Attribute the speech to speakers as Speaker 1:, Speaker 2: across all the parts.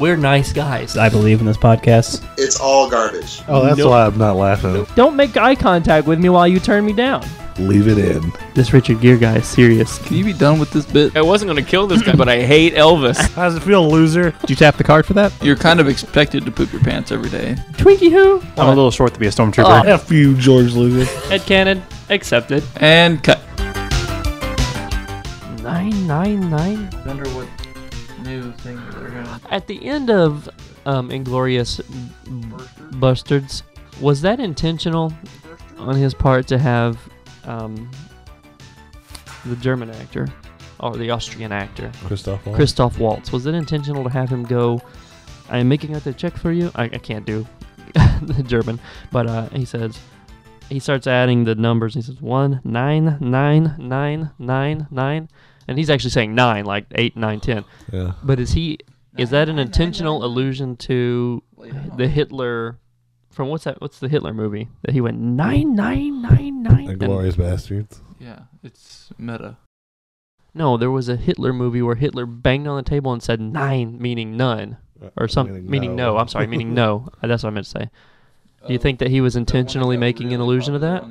Speaker 1: We're nice guys.
Speaker 2: I believe in this podcast.
Speaker 3: It's all garbage.
Speaker 4: Oh, that's
Speaker 1: Nope.
Speaker 4: why I'm not laughing.
Speaker 1: Don't make eye contact with me while you turn me down.
Speaker 4: Leave it in.
Speaker 1: This Richard Gear guy is serious.
Speaker 5: Can you be done with this bit? I wasn't going to kill this guy, but I hate Elvis.
Speaker 4: How does it feel, loser?
Speaker 2: Did you tap the card for that?
Speaker 5: You're kind of expected to poop your pants every day.
Speaker 1: Twinkie who?
Speaker 2: I'm a little short to be a stormtrooper.
Speaker 4: F you, George Lucas.
Speaker 1: Head cannon accepted.
Speaker 5: And cut.
Speaker 1: Nine nine nine.
Speaker 5: wonder what new thing they're going to.
Speaker 1: At the end of um, Inglorious Bustards, was that intentional on his part to have um, the German actor or the Austrian actor
Speaker 4: Christoph. Waltz.
Speaker 1: Christoph Waltz? Was it intentional to have him go? I am making out the check for you. I, I can't do the German, but uh, he says he starts adding the numbers. He says one nine nine nine nine nine, and he's actually saying nine, like eight nine ten.
Speaker 4: Yeah.
Speaker 1: But is he? Is that an intentional allusion to the Hitler? From what's that? What's the Hitler movie that he went nine nine nine nine?
Speaker 4: The
Speaker 1: and-
Speaker 4: glorious bastards.
Speaker 5: Yeah, it's meta.
Speaker 1: no, there was a Hitler movie where Hitler banged on the table and said nine, meaning none, or something, meaning, no. I'm sorry, meaning no. Uh, That's what I meant to say. Do you think that he was intentionally making an allusion to that?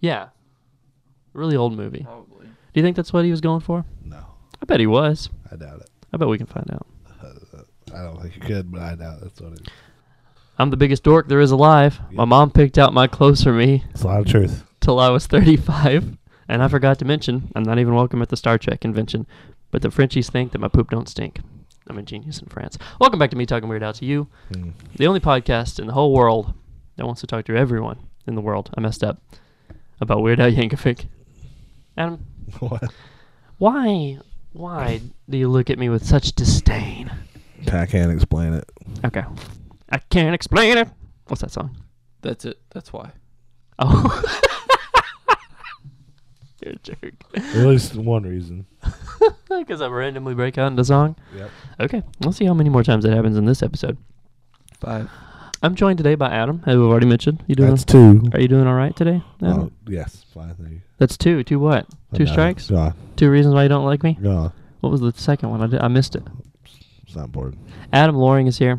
Speaker 1: Yeah, really old movie.
Speaker 5: Probably.
Speaker 1: Do you think that's what he was going for?
Speaker 4: No,
Speaker 1: I bet he was.
Speaker 4: I doubt it.
Speaker 1: I bet we can find out.
Speaker 4: I don't think you could, but I doubt that's what it is.
Speaker 1: I'm the biggest dork there is alive. My mom picked out my clothes for me.
Speaker 4: It's a lot of truth.
Speaker 1: till I was 35. And I forgot to mention, I'm not even welcome at the Star Trek convention, but the Frenchies think that my poop don't stink. I'm a genius in France. Welcome back to Me Talking Weird Out to You,
Speaker 4: Mm.
Speaker 1: the only podcast in the whole world that wants to talk to everyone in the world. I messed up about Weird Al Yankovic. Adam,
Speaker 4: What?
Speaker 1: why, why do you look at me with such disdain?
Speaker 4: I can't explain it.
Speaker 1: Okay, I can't explain it. What's that song?
Speaker 5: That's it. That's why.
Speaker 1: Oh, you're a jerk.
Speaker 4: At least one reason.
Speaker 1: Because I randomly break out into song.
Speaker 4: Yep.
Speaker 1: Okay, we'll see how many more times that happens in this episode.
Speaker 5: Five.
Speaker 1: I'm joined today by Adam, as we've already mentioned. You doing?
Speaker 4: That's two.
Speaker 1: are you doing all right today? Adam?
Speaker 4: Oh, yes. Fine. Thank you.
Speaker 1: That's two. Two what? Two
Speaker 4: Another.
Speaker 1: strikes.
Speaker 4: Gone.
Speaker 1: Two reasons why you don't like me.
Speaker 4: Gone.
Speaker 1: What was the second one? I, did, I missed it.
Speaker 4: It's not important.
Speaker 1: Adam Loring is here.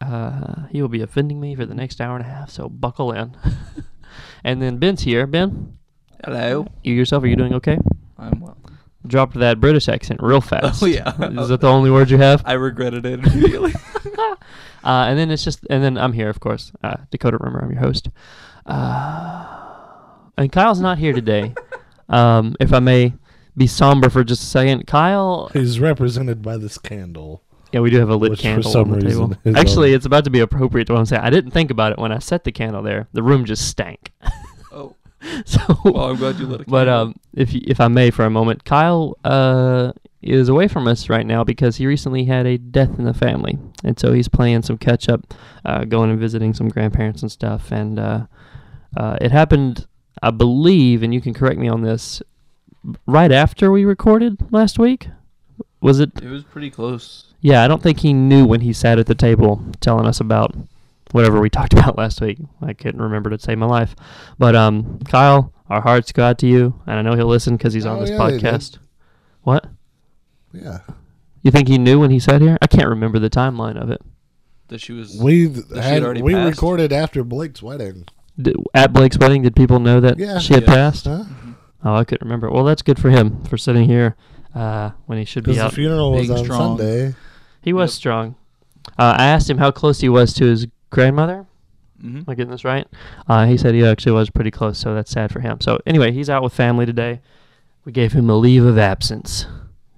Speaker 1: Uh, he will be offending me for the next hour and a half, so buckle in. and then Ben's here. Ben,
Speaker 5: Hello.
Speaker 1: you yourself, are you doing okay?
Speaker 5: I'm well.
Speaker 1: Dropped that British accent real fast.
Speaker 5: Oh, yeah.
Speaker 1: is that the only word you have?
Speaker 5: I regretted it immediately.
Speaker 1: Uh, and then it's just, and then I'm here, of course. Uh, Dakota Rumor, I'm your host. Uh, and Kyle's not here today. um, if I may be somber for just a second, Kyle.
Speaker 4: He's represented by this candle.
Speaker 1: Yeah, we do have a lit
Speaker 4: Which for
Speaker 1: candle
Speaker 4: some
Speaker 1: on the
Speaker 4: reason
Speaker 1: table.
Speaker 4: is
Speaker 1: Actually,
Speaker 4: on.
Speaker 1: it's about to be appropriate to what I'm saying. I didn't think about it when I set the candle there. The room just stank.
Speaker 5: oh,
Speaker 1: so,
Speaker 5: well, I'm glad you let it.
Speaker 1: but
Speaker 5: go.
Speaker 1: um, if you, if I may for a moment, Kyle uh, is away from us right now because he recently had a death in the family, and so he's playing some catch up, uh, going and visiting some grandparents and stuff. And uh, uh, it happened, I believe, and you can correct me on this, right after we recorded last week. Was it?
Speaker 5: it was pretty close.
Speaker 1: Yeah, I don't think he knew when he sat at the table telling us about whatever we talked about last week. I couldn't remember to save my life. But um, Kyle, our hearts go out to you, and I know he'll listen because he's on
Speaker 4: Oh,
Speaker 1: this
Speaker 4: yeah, they did.
Speaker 1: podcast. What?
Speaker 4: Yeah.
Speaker 1: You think he knew when he sat here? I can't remember the timeline of it.
Speaker 5: That she was.
Speaker 4: We
Speaker 5: she
Speaker 4: had,
Speaker 5: had already
Speaker 4: we
Speaker 5: passed?
Speaker 4: recorded after Blake's wedding.
Speaker 1: D at Blake's wedding, did people know that
Speaker 4: Yeah.
Speaker 1: she had
Speaker 5: Yeah.
Speaker 1: passed?
Speaker 4: Huh?
Speaker 5: Mm-hmm.
Speaker 1: Oh, I couldn't remember. Well, that's good for him for sitting here uh, when he should
Speaker 4: Because
Speaker 1: be out.
Speaker 4: the funeral was
Speaker 5: Being
Speaker 4: on
Speaker 5: strong.
Speaker 4: Sunday.
Speaker 1: He was
Speaker 5: Yep.
Speaker 1: strong. Uh, I asked him how close he was to his grandmother.
Speaker 5: Mhm.
Speaker 1: Am I getting this right? Uh, he said he actually was pretty close, so that's sad for him. So anyway, he's out with family today. We gave him a leave of absence.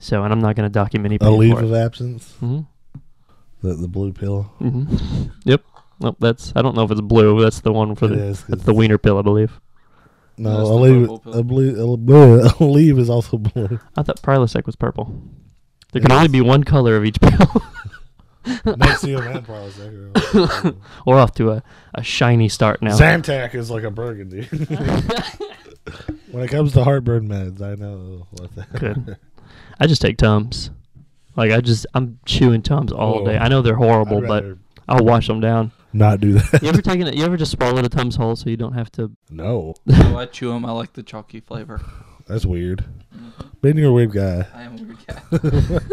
Speaker 1: So, and I'm not going to document
Speaker 4: A
Speaker 1: anything.
Speaker 4: leave of absence.
Speaker 1: hmm
Speaker 4: The, the blue pill.
Speaker 1: hmm Yep. Nope. That's. I don't know if it's blue. That's the one for
Speaker 4: It
Speaker 1: the.
Speaker 4: is, 'cause
Speaker 1: That's the wiener pill, I believe.
Speaker 4: No,
Speaker 5: That's
Speaker 4: a
Speaker 5: the
Speaker 4: leave,
Speaker 5: purple pill.
Speaker 4: a, blue, a, blue, a leave is also blue.
Speaker 1: I thought Prilosec was purple. There
Speaker 4: It
Speaker 1: can only
Speaker 4: is.
Speaker 1: be one color of each pill.
Speaker 4: Nexium and Prozac.
Speaker 1: We're off to a, a shiny start now.
Speaker 4: Zantac is like a burgundy. when it comes to heartburn meds, I know what that.
Speaker 1: Good. I just take Tums. Like I just, I'm chewing Tums all
Speaker 4: Oh.
Speaker 1: day. I know they're horrible,
Speaker 4: I'd
Speaker 1: but
Speaker 4: rather
Speaker 1: I'll wash them down.
Speaker 4: not do that.
Speaker 1: You ever taken it? You ever just swallowed a Tums whole so you don't have to?
Speaker 4: no,
Speaker 5: Oh, I chew
Speaker 3: um,
Speaker 5: 'em. I like the chalky flavor.
Speaker 3: Mm-hmm.
Speaker 4: that's weird. Ben, you're a weird guy.
Speaker 5: I am a weird guy. I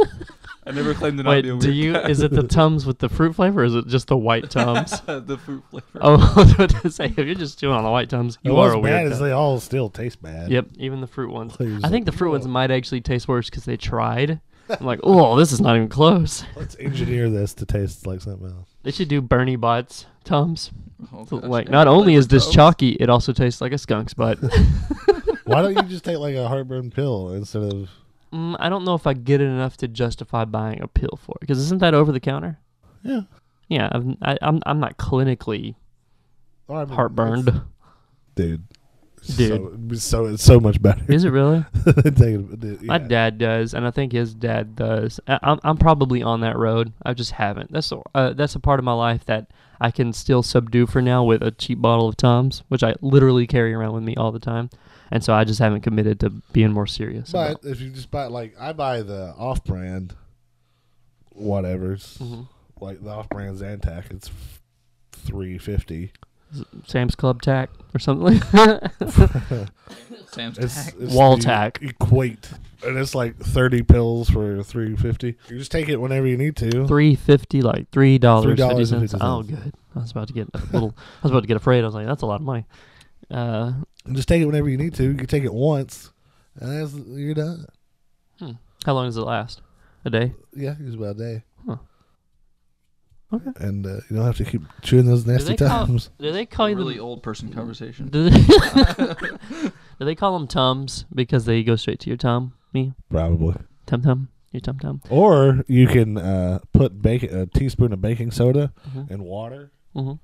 Speaker 3: I never claimed to not be a
Speaker 1: Wait,
Speaker 3: weird
Speaker 1: do you?
Speaker 3: guy.
Speaker 1: Is it the tums with the fruit flavor, or is it just the white tums?
Speaker 3: the fruit flavor.
Speaker 1: oh, I was about to say if you're just chewing on the white tums, you
Speaker 4: And what's
Speaker 1: are a
Speaker 4: bad
Speaker 1: weird.
Speaker 4: is
Speaker 1: Tum.
Speaker 4: they all still taste bad.
Speaker 1: Yep, even the fruit ones.
Speaker 4: Like, it's
Speaker 1: I think the
Speaker 4: like,
Speaker 1: fruit ones
Speaker 4: "Oh,
Speaker 1: might actually taste worse because they tried. I'm like, oh, this is not even close.
Speaker 4: Let's engineer this to taste like something else.
Speaker 1: They should do Bernie Bot's tums.
Speaker 3: Oh,
Speaker 1: So,
Speaker 3: gosh,
Speaker 1: like,
Speaker 3: yeah,
Speaker 1: not only is this
Speaker 3: flavor
Speaker 1: chalky, it also tastes like a skunk's butt.
Speaker 4: Why don't you just take like a heartburn pill instead of?
Speaker 1: mm, I don't know if I get it enough to justify buying a pill for it because isn't that over the counter?
Speaker 4: Yeah.
Speaker 1: Yeah, I've, I, I'm I'm not clinically
Speaker 4: Or, I mean, it's-
Speaker 1: heartburned.
Speaker 4: dude. It's
Speaker 1: Dude.
Speaker 4: so, it's so it's so much better.
Speaker 1: Is it really?
Speaker 4: than taking, dude,
Speaker 1: My
Speaker 4: yeah.
Speaker 1: dad does, and I think his dad does. I, I'm I'm probably on that road. I just haven't. That's a, uh, that's a part of my life that I can still subdue for now with a cheap bottle of Tums, which I literally carry around with me all the time, and so I just haven't committed to being more serious.
Speaker 4: But if you just buy like I buy the off-brand, whatever's
Speaker 1: Mhm.
Speaker 4: like the off-brand Zantac, it's three fifty.
Speaker 1: about Sam's Club tack or something. like
Speaker 3: Sam's
Speaker 4: It's,
Speaker 3: Tac.
Speaker 4: it's
Speaker 1: Wall
Speaker 4: the
Speaker 1: tack.
Speaker 4: Equate, and it's like thirty pills for three fifty. You just take it whenever you need to.
Speaker 1: Three fifty, like three dollars fifty
Speaker 4: $3.50.
Speaker 1: cents. Oh, good. I was about to get a little. I was about to get afraid. I was like, that's a lot of money. Uh,
Speaker 4: You Just take it whenever you need to. You can take it once, and that's, you're done.
Speaker 1: how long does it last? A day.
Speaker 4: Yeah, it's about a day.
Speaker 1: Huh. Okay.
Speaker 4: And uh, you don't have to keep chewing those nasty
Speaker 1: they call-
Speaker 4: times.
Speaker 1: Do they call
Speaker 3: a
Speaker 1: you the
Speaker 3: really old person conversation.
Speaker 1: Do they, do they call them tums because they go straight to your tum? Me
Speaker 4: Probably.
Speaker 1: tum tum your tum tum.
Speaker 4: Or you can uh, put bacon, a teaspoon of baking soda
Speaker 1: Mhm.
Speaker 4: and water
Speaker 1: Mhm.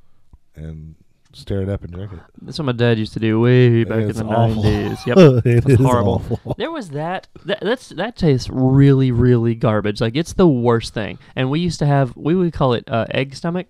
Speaker 4: and stir it up and drink it.
Speaker 1: That's what my dad used to do way back
Speaker 4: It's
Speaker 1: in the
Speaker 4: awful.
Speaker 1: nineties. Yep.
Speaker 4: it
Speaker 1: That's
Speaker 4: is
Speaker 1: horrible.
Speaker 4: awful.
Speaker 1: There was that, that. That's that tastes really, really garbage. Like it's the worst thing. And we used to have we would call it uh, egg stomach,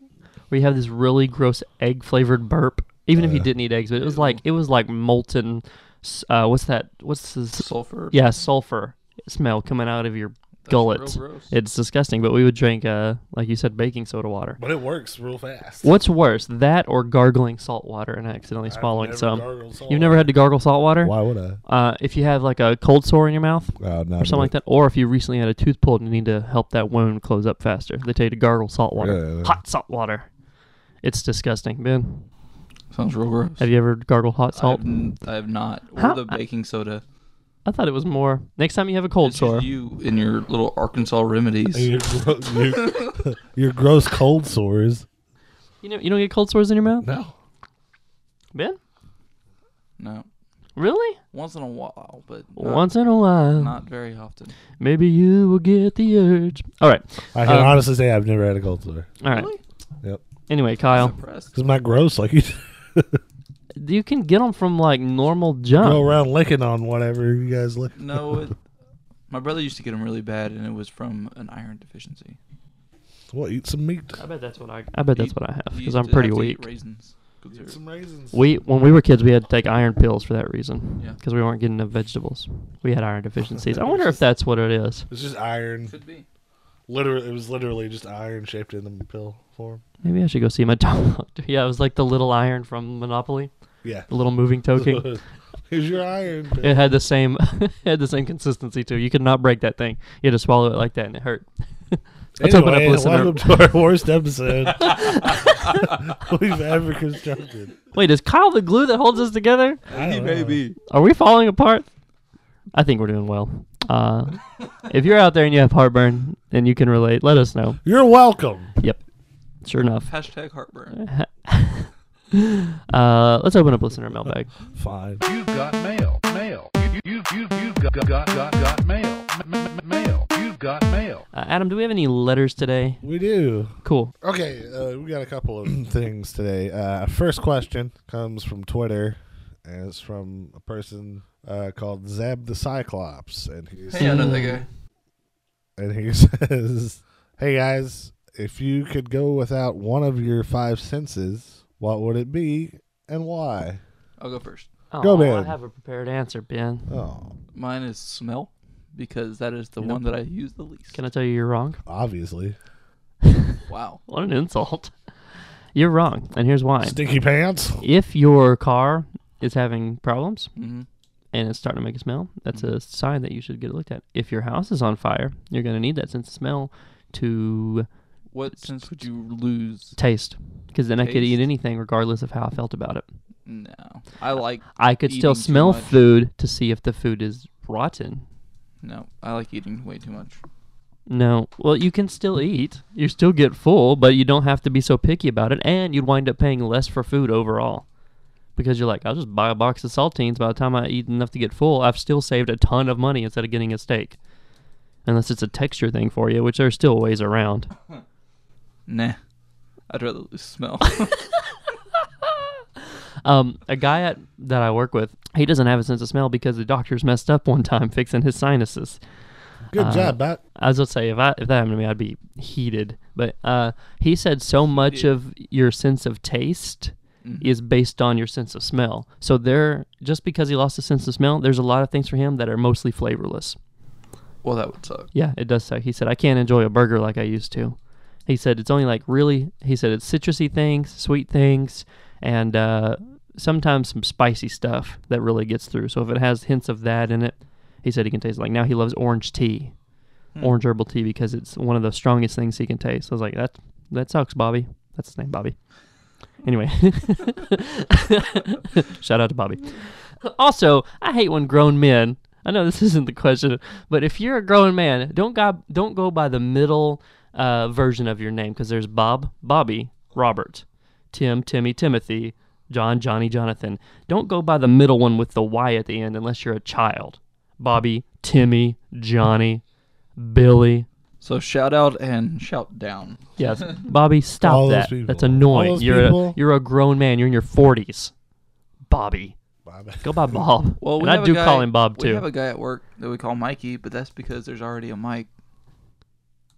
Speaker 1: where you have this really gross egg flavored burp. Even if you
Speaker 4: Uh,
Speaker 1: didn't eat eggs, but it was like it was like molten. s- Uh, what's that? What's this?
Speaker 3: Sulfur.
Speaker 1: Yeah, sulfur smell coming out of your
Speaker 3: That's
Speaker 1: gullets.
Speaker 3: real gross.
Speaker 1: It's disgusting, but we would drink, uh, like you said, baking soda water.
Speaker 4: But it works real fast.
Speaker 1: What's worse, that or gargling salt water and accidentally
Speaker 4: I've
Speaker 1: swallowing
Speaker 4: never
Speaker 1: some?
Speaker 4: gargled salt
Speaker 1: You've never had to gargle salt water?
Speaker 4: Why would I?
Speaker 1: Uh, if you have like a cold sore in your mouth
Speaker 4: Oh, no,
Speaker 1: or something like that, or if you recently had a tooth pulled and you need to help that wound close up faster, they tell you to gargle salt water. Hot salt water. It's disgusting, Ben.
Speaker 3: Sounds real gross.
Speaker 1: Have you ever gargled hot salt?
Speaker 3: I've, n- I have not. Or
Speaker 1: How-
Speaker 3: the baking soda.
Speaker 1: I thought it was more. Next time you have a cold
Speaker 3: It's just
Speaker 1: sore,
Speaker 3: You and your little Arkansas remedies.
Speaker 4: Your, gro- your, your gross cold sores.
Speaker 1: you know you don't get cold sores in your mouth,
Speaker 4: No.
Speaker 1: Ben.
Speaker 3: No.
Speaker 1: Really?
Speaker 3: Once in a while, but not,
Speaker 1: Once in a while,
Speaker 3: not very often.
Speaker 1: maybe you will get the urge. All right,
Speaker 4: I can
Speaker 1: Um,
Speaker 4: honestly say I've never had a cold sore.
Speaker 1: all right.
Speaker 3: Really?
Speaker 1: Anyway, Kyle,
Speaker 3: Impressed.
Speaker 4: It's not gross like you
Speaker 1: you can get them from like normal junk.
Speaker 4: go around licking on whatever you guys lick.
Speaker 3: No, it, my brother used to get them really bad, and it was from an iron deficiency.
Speaker 4: Well, eat some meat.
Speaker 1: I bet that's what I. I bet that's
Speaker 3: You-
Speaker 1: what I have
Speaker 3: You
Speaker 1: because
Speaker 3: used
Speaker 1: I'm
Speaker 3: to
Speaker 1: pretty
Speaker 3: have to eat
Speaker 1: weak.
Speaker 3: Raisins. 'cause they're-
Speaker 4: raisins.
Speaker 1: We when we were kids, we had to take iron pills for that reason
Speaker 3: Yeah.
Speaker 1: because we weren't getting enough vegetables. We had iron deficiencies. I wonder if that's what it is.
Speaker 4: It's just iron.
Speaker 3: Could be.
Speaker 4: Literally, it was literally just iron shaped in the pill form.
Speaker 1: Maybe I should go see my doctor. Yeah, it was like the little iron from Monopoly,
Speaker 4: Yeah.
Speaker 1: the little moving token.
Speaker 4: Here's your iron. Pill.
Speaker 1: it had the same it had the same consistency too. You could not break that thing. You had to swallow it like that, and it hurt. Let's open up
Speaker 4: Anyway,
Speaker 1: listener-
Speaker 4: welcome to our worst episode we've ever constructed.
Speaker 1: Wait, is Kyle the glue that holds us together?
Speaker 4: I
Speaker 3: He
Speaker 4: don't
Speaker 3: may
Speaker 4: know.
Speaker 3: be.
Speaker 1: Are we falling apart? I think we're doing well. Uh, if you're out there and you have heartburn and you can relate, let us know.
Speaker 4: You're welcome.
Speaker 1: Sure enough.
Speaker 3: Hashtag heartburn.
Speaker 1: uh, let's open up listener mailbag.
Speaker 4: Fine.
Speaker 6: You've got mail, mail. You you you you've got got got got, got mail, m- m- m- mail. You've got mail.
Speaker 1: Uh, Adam, do we have any letters today?
Speaker 4: We do.
Speaker 1: Cool.
Speaker 4: Okay, uh, we got a couple of things today. Uh, first question comes from Twitter, and it's from a person uh, called Zeb the Cyclops, and he's
Speaker 3: Hey, I know that guy.
Speaker 4: and he says, "Hey guys, if you could go without one of your five senses, what would it be and why?"
Speaker 3: I'll go first.
Speaker 1: Oh,
Speaker 4: Go, Ben.
Speaker 1: I have a prepared answer, Ben.
Speaker 4: Oh,
Speaker 3: Mine is smell, because that is the
Speaker 1: Nope.
Speaker 3: one that I use the least.
Speaker 1: Can I tell you you're wrong?
Speaker 4: obviously,
Speaker 3: wow.
Speaker 1: What an insult. You're wrong, and here's why.
Speaker 4: stinky pants.
Speaker 1: If your car is having problems
Speaker 3: hmm
Speaker 1: and it's starting to make a smell, that's a sign that you should get it looked at. If your house is on fire, you're going to need that sense of smell to
Speaker 3: What sense would you lose?
Speaker 1: taste because then I could eat
Speaker 3: Taste?
Speaker 1: anything regardless of how I felt about it.
Speaker 3: No, I like
Speaker 1: I could still
Speaker 3: Eating too
Speaker 1: smell
Speaker 3: much.
Speaker 1: food to see if the food is rotten.
Speaker 3: no. I like eating way too much.
Speaker 1: No. Well, you can still eat. You still get full, but you don't have to be so picky about it. And you'd wind up paying less for food overall. Because you're like, I'll just buy a box of saltines. By the time I eat enough to get full, I've still saved a ton of money instead of getting a steak. Unless it's a texture thing for you, which there's still ways around.
Speaker 3: Nah, I'd rather lose smell.
Speaker 1: Um, a guy at, that I work with, he doesn't have a sense of smell because the doctors messed up one time fixing his sinuses.
Speaker 4: Good
Speaker 1: Uh,
Speaker 4: job, Bat.
Speaker 1: I was gonna say if I if that happened to me, I'd be heated. But uh, he said so much of your sense of taste is based on your sense of smell. So there, just because he lost his sense of smell, there's a lot of things for him that are mostly flavorless.
Speaker 3: well, that would suck.
Speaker 1: Yeah, it does suck. He said I can't enjoy a burger like I used to. He said it's only like really. He said it's citrusy things, sweet things, and uh, sometimes some spicy stuff that really gets through. So if it has hints of that in it, he said he can taste. it. Like now he loves orange tea orange herbal tea because it's one of the strongest things he can taste. I was like, that that sucks, Bobby. That's his name, Bobby. Anyway, shout out to Bobby. Also, I hate when grown men. I know this isn't the question, but if you're a grown man, don't go don't go by the middle uh, version of your name because there's Bob, Bobby, Robert, Tim, Timmy, Timothy, John, Johnny, Jonathan. Don't go by the middle one with the Y at the end unless you're a child. Bobby, Timmy, Johnny, Billy.
Speaker 3: So shout out and shout down.
Speaker 1: Yes, Bobby, stop
Speaker 4: All those
Speaker 1: that.
Speaker 4: people.
Speaker 1: That's
Speaker 4: All
Speaker 1: annoying.
Speaker 4: those
Speaker 1: You're a,
Speaker 4: people.
Speaker 1: you're a grown man. You're in your 40s. Bobby,
Speaker 4: Bob.
Speaker 1: go by Bob.
Speaker 3: Well, we
Speaker 1: and I
Speaker 3: have a
Speaker 1: do
Speaker 3: guy-
Speaker 1: call him Bob
Speaker 3: We
Speaker 1: too.
Speaker 3: have a guy at work that we call Mikey, but that's because there's already a Mike.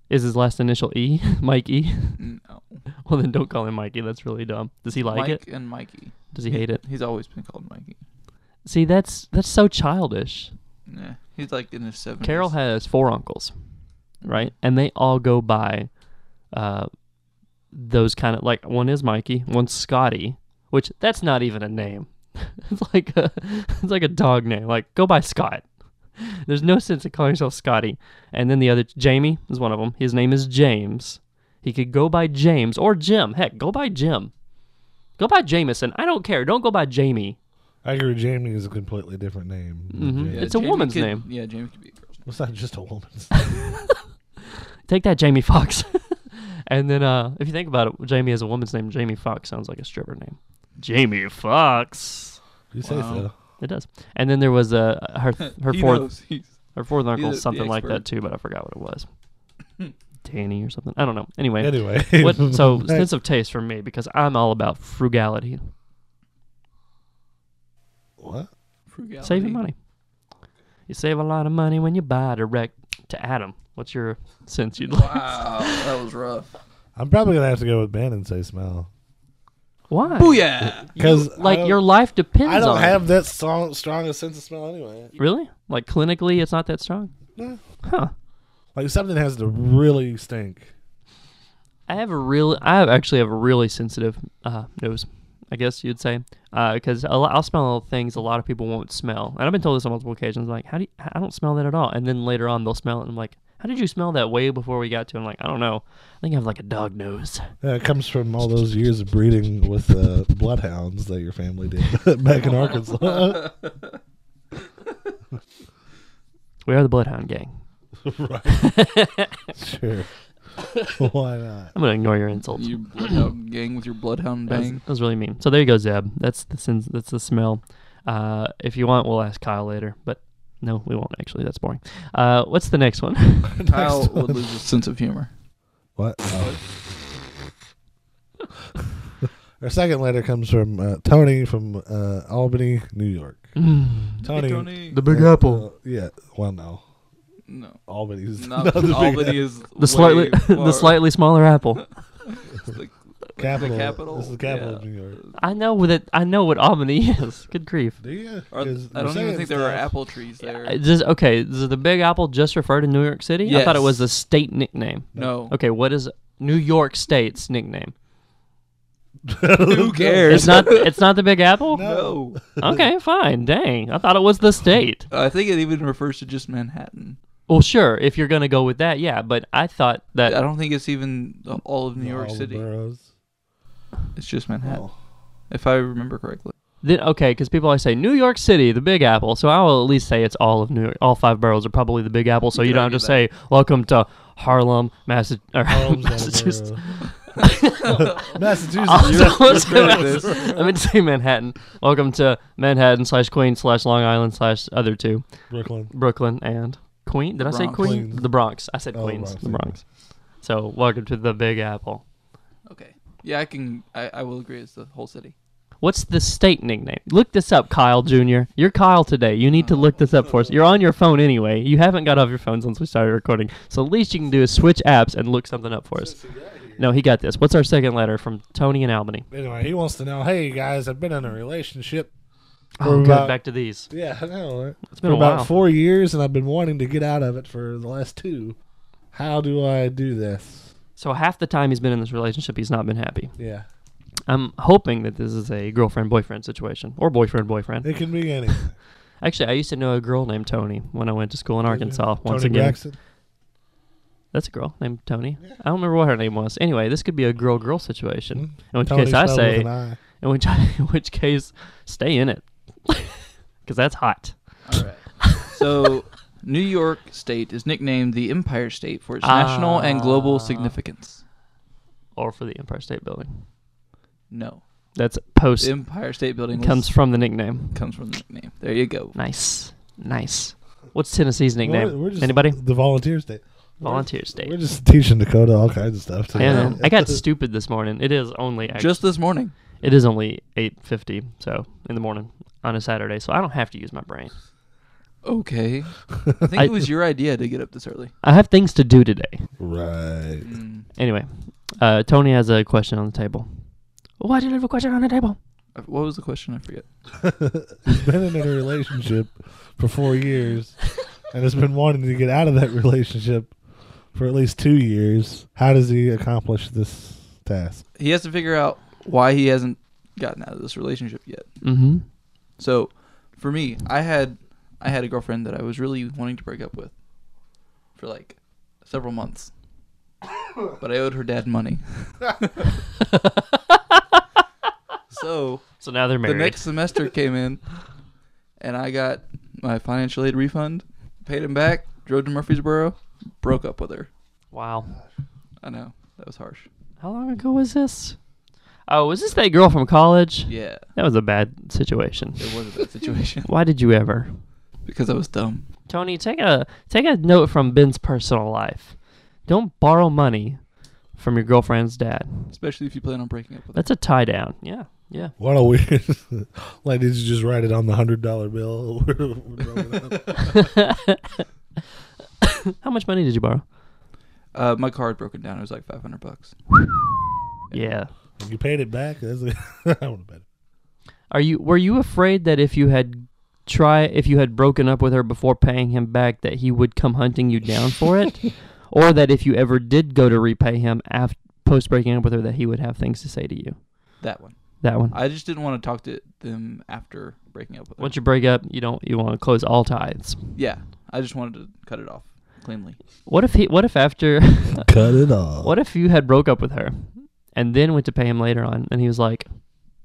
Speaker 1: Is his last initial E Mike E?
Speaker 3: No,
Speaker 1: Well, then don't call him Mikey. That's really dumb. Does he like
Speaker 3: Mike
Speaker 1: it?
Speaker 3: and Mikey.
Speaker 1: Does he hate it?
Speaker 3: He's always been called Mikey.
Speaker 1: See, that's that's so childish.
Speaker 3: Yeah, he's like in his seventies.
Speaker 1: Carol has four uncles, right? And they all go by uh, those kind of like one is Mikey, one's Scotty, which that's not even a name. it's like a it's like a dog name. Like go by Scott. There's no sense in calling yourself Scotty. And then the other Jamie is one of them. His name is James. He could go by James or Jim. Heck, go by Jim. Go by Jameson. I don't care. Don't go by Jamie.
Speaker 4: I agree. Jamie is a completely different name. than
Speaker 1: Mhm.
Speaker 4: Jamie.
Speaker 1: It's a woman's
Speaker 3: could-
Speaker 1: name.
Speaker 3: Yeah, Jamie could be a girl's name.
Speaker 4: It's not just a woman's.
Speaker 1: Take that, Jamie Fox. and then, uh, if you think about it, Jamie is a woman's name. Jamie Fox sounds like a stripper name. Jamie Fox.
Speaker 4: You say
Speaker 3: Wow.
Speaker 4: so.
Speaker 1: It does. And then there was uh, her her
Speaker 3: He
Speaker 1: fourth
Speaker 3: knows. He's
Speaker 1: her fourth uncle
Speaker 3: the
Speaker 1: something like that
Speaker 3: expert.
Speaker 1: too, but I forgot what it was. Danny or something. I don't know. Anyway,
Speaker 4: Anyway,
Speaker 1: what, so
Speaker 4: Hey,
Speaker 1: sense of taste for me because I'm all about frugality,
Speaker 4: what?
Speaker 3: frugality.
Speaker 1: saving money. You save a lot of money when you buy direct to Adam. What's your sense you'd like?
Speaker 3: Wow, that was rough.
Speaker 4: I'm probably gonna have to go with Ben and say smell
Speaker 1: Why?
Speaker 3: Booyah!
Speaker 4: because
Speaker 1: Like your life depends
Speaker 4: I don't
Speaker 1: on it.
Speaker 4: have that strong, strongest sense of smell anyway.
Speaker 1: Really? Like clinically, it's not that strong.
Speaker 4: No.
Speaker 1: Huh.
Speaker 4: Like something has to really stink.
Speaker 1: I have a real. I have- actually have a really sensitive uh, nose. I guess you'd say Uh, because I'll, I'll smell things a lot of people won't smell, and I've been told this on multiple occasions. Like, how do you, I don't smell that at all, and then later on they'll smell it, and I'm like, how did you smell that way before we got to? it?" I'm like, I don't know. I think I have like a dog nose.
Speaker 4: Yeah, Uh, it comes from all those years of breeding with uh, bloodhounds that your family did back in Arkansas.
Speaker 1: We are the Bloodhound Gang.
Speaker 4: right. sure. Why not?
Speaker 1: I'm gonna ignore your insults.
Speaker 3: You bloodhound gang with your bloodhound
Speaker 1: That was,
Speaker 3: bang.
Speaker 1: that was really mean. So there you go, Zeb. That's the sins. That's the smell. Uh, if you want, we'll ask Kyle later. But no, we won't actually. That's boring. Uh, what's the next one?
Speaker 3: Kyle
Speaker 4: Next
Speaker 3: would
Speaker 4: one.
Speaker 3: lose his sense of humor.
Speaker 4: What? Oh. Our second letter comes from uh, Tony from uh, Albany, New York. Tony,
Speaker 3: The
Speaker 4: Big Apple. yeah. Well, no.
Speaker 3: No,
Speaker 4: Albany's
Speaker 3: not
Speaker 4: not the Big
Speaker 3: Albany is
Speaker 1: the slightly the slightly smaller apple.
Speaker 4: capital.
Speaker 3: capital?
Speaker 4: This is the capital
Speaker 3: Yeah.
Speaker 4: of New York.
Speaker 1: I know that I know what Albany is. Good grief.
Speaker 4: Do you?
Speaker 3: I
Speaker 4: 'Cause
Speaker 3: don't
Speaker 4: you're
Speaker 3: even
Speaker 4: saying
Speaker 3: think there are
Speaker 4: stuff.
Speaker 3: apple trees there.
Speaker 1: Uh, Does okay? Does the Big Apple just refer to New York City? I thought it was the
Speaker 3: Yes.
Speaker 1: state nickname.
Speaker 3: no,
Speaker 1: Okay, what is New York State's nickname?
Speaker 3: Who cares?
Speaker 1: It's not. It's not the Big Apple.
Speaker 3: no.
Speaker 1: Okay, fine. Dang, I thought it was the state.
Speaker 3: I think it even refers to just Manhattan.
Speaker 1: Well, sure. If you're gonna go with that, yeah. But I thought
Speaker 3: I
Speaker 1: that.
Speaker 3: don't think it's even the- all of New York
Speaker 4: All the
Speaker 3: City.
Speaker 4: boroughs.
Speaker 3: It's just Manhattan,
Speaker 4: Oh.
Speaker 3: if I remember correctly.
Speaker 1: Then, okay, because people always say New York City, the Big Apple. So I will at least say it's all of New York. All five boroughs are probably the Big Apple. So
Speaker 3: You
Speaker 1: you
Speaker 3: could
Speaker 1: don't have to say
Speaker 3: argue
Speaker 1: welcome to Harlem, Massa- or
Speaker 4: Harlem's not a
Speaker 1: Massachusetts.
Speaker 4: borough. Massachusetts.
Speaker 1: Also, let's
Speaker 3: You're
Speaker 1: go
Speaker 3: right.
Speaker 1: with this. I'm gonna say Manhattan. Welcome to Manhattan slash Queens slash Long Island slash other two
Speaker 4: Brooklyn.
Speaker 1: Brooklyn and Queen. Did I say
Speaker 3: Bronx.
Speaker 1: Queen?
Speaker 4: Queens.
Speaker 1: The Bronx. I said
Speaker 4: Oh,
Speaker 1: Queens.
Speaker 4: Bronx,
Speaker 1: The
Speaker 4: yeah.
Speaker 1: Bronx. So welcome to the Big Apple.
Speaker 3: Okay. Yeah, I can. I, I will agree. It's the whole city.
Speaker 1: What's the state nickname? Look this up, Kyle Jr. You're Kyle today. You need to look this up for us. You're on your phone anyway. You haven't got off your phone since we started recording. So the least you can do is switch apps and look something up for us. No, he got this. What's our second letter from Tony and Albany?
Speaker 4: Anyway, he wants to know, hey guys, I've been in a relationship. for
Speaker 1: Oh,
Speaker 4: about-
Speaker 1: good. Back to these.
Speaker 4: Yeah, I know. right?
Speaker 1: It's been
Speaker 4: for
Speaker 1: a
Speaker 4: about
Speaker 1: while.
Speaker 4: four years, and I've been wanting to get out of it for the last two. How do I do this?
Speaker 1: So half the time he's been in this relationship, he's not been happy.
Speaker 4: Yeah,
Speaker 1: I'm hoping that this is a girlfriend boyfriend situation or boyfriend boyfriend.
Speaker 4: it can be any.
Speaker 1: Actually, I used to know a girl named Tony when I went to school in Arkansas. Once
Speaker 4: Tony
Speaker 1: again,
Speaker 4: Braxton.
Speaker 1: that's a girl named Tony. I don't remember what her name was. Anyway, this could be a girl girl situation.
Speaker 4: Hmm.
Speaker 1: In which
Speaker 4: Tony
Speaker 1: case, I
Speaker 4: spelled with
Speaker 1: say
Speaker 4: an I.
Speaker 1: In which, in which case, stay in it. Because that's hot.
Speaker 3: All right. so, New York State is nicknamed the Empire State for its national and global
Speaker 1: Ah.
Speaker 3: significance.
Speaker 1: Or for the Empire State Building.
Speaker 3: No,
Speaker 1: That's post.
Speaker 3: the Empire State Building was-
Speaker 1: comes from the nickname.
Speaker 3: comes from the nickname. There you go.
Speaker 1: Nice. Nice. What's Tennessee's nickname?
Speaker 4: We're- we're just
Speaker 1: Anybody?
Speaker 4: The Volunteer State. we're-
Speaker 1: Volunteer State.
Speaker 4: We're just teaching Dakota all kinds of stuff.
Speaker 1: Yeah,
Speaker 4: today.
Speaker 1: man. I got stupid this morning. It is only act-
Speaker 3: Just this morning.
Speaker 1: it is only eight fifty, so in the morning on a Saturday, so I don't have to use my brain.
Speaker 3: Okay. I think
Speaker 1: I-
Speaker 3: it was your idea to get up this early.
Speaker 1: I have things to do today.
Speaker 4: right.
Speaker 3: Mm,
Speaker 1: Anyway, uh, Tony has a question on the table. Why do you have a question on the table?
Speaker 3: I- what was the question? I forget.
Speaker 4: He's been in a relationship for four years, and has been wanting to get out of that relationship for at least two years. How does he accomplish this task?
Speaker 3: He has to figure out why he hasn't gotten out of this relationship yet.
Speaker 1: Mm-hmm.
Speaker 3: So, for me, I had I had a girlfriend that I was really wanting to break up with for like several months. but I owed her dad money. so,
Speaker 1: So now they're married.
Speaker 3: the next semester came in and I got my financial aid refund, paid him back, drove to Murfreesboro, broke up with her.
Speaker 1: wow.
Speaker 3: I know. That was harsh.
Speaker 1: How long ago was this? Oh, was this that girl from college?
Speaker 3: Yeah,
Speaker 1: That was a bad situation.
Speaker 3: it was a bad situation
Speaker 1: Why did you ever?
Speaker 3: because I was dumb.
Speaker 1: Tony, take a take a note from Ben's personal life. Don't borrow money from your girlfriend's dad.
Speaker 3: Especially if you plan on breaking up with her.
Speaker 1: That's a tie down. Yeah. Yeah.
Speaker 4: What a weird! like, did you just write it on the hundred dollar bill?
Speaker 1: How much money did you borrow?
Speaker 3: Uh, my car had broken down. It was like 500 bucks.
Speaker 1: Yeah.
Speaker 4: you paid it back. That's I would have bet.
Speaker 1: Are you were you afraid that if you had try if you had broken up with her before paying him back that he would come hunting you down for it? or that if you ever did go to repay him after post breaking up with her that he would have things to say to you?
Speaker 3: That one.
Speaker 1: That one.
Speaker 3: I just didn't want to talk to them after breaking up with
Speaker 1: Once
Speaker 3: her.
Speaker 1: you break up, you don't you want to close all ties.
Speaker 3: Yeah, I just wanted to cut it off cleanly.
Speaker 1: What if he what if after
Speaker 4: Cut it off.
Speaker 1: what if you had broke up with her and then went to pay him later on and he was like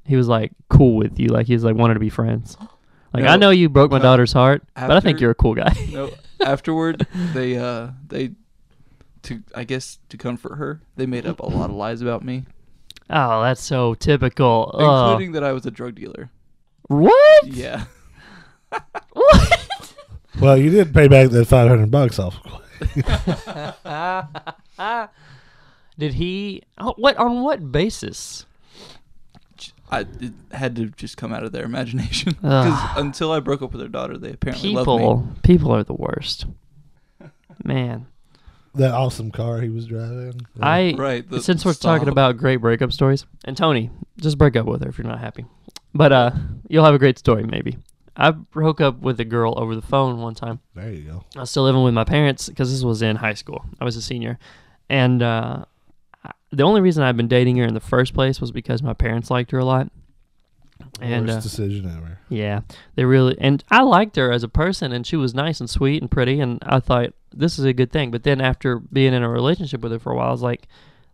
Speaker 1: he was like cool with you, like he was like wanted to be friends. Like I
Speaker 3: No.
Speaker 1: know you broke my
Speaker 3: No.
Speaker 1: daughter's heart, but I think
Speaker 3: After-
Speaker 1: you're a cool guy.
Speaker 3: No, afterward they uh they to I guess to comfort her, they made up a lot of lies about me,
Speaker 1: Oh, that's so typical. Ugh.
Speaker 3: including that I was a drug dealer.
Speaker 1: What?
Speaker 3: Yeah.
Speaker 1: What?
Speaker 4: Well, you did pay back that five hundred bucks off.
Speaker 1: Did he? Oh, what on what basis?
Speaker 3: I it had to just come out of their imagination because
Speaker 1: Ugh.
Speaker 3: until I broke up with their daughter, they apparently loved
Speaker 1: People,
Speaker 3: me.
Speaker 1: people are the worst. Man,
Speaker 4: That awesome car he was driving.
Speaker 1: I
Speaker 3: Right, the
Speaker 1: since we're talking
Speaker 3: style.
Speaker 1: about great breakup stories, and Tony, just break up with her if you're not happy. But uh, you'll have a great story maybe. I broke up with a girl over the phone one time.
Speaker 4: there you go.
Speaker 1: I was still living with my parents because this was in high school. I was a senior, and uh, I- the only reason I've been dating her in the first place was because my parents liked her a lot. And
Speaker 4: Worst
Speaker 1: uh,
Speaker 4: decision ever.
Speaker 1: yeah, they really and I liked her as a person, and she was nice and sweet and pretty, and I thought this is a good thing. But then after being in a relationship with her for a while, I was like,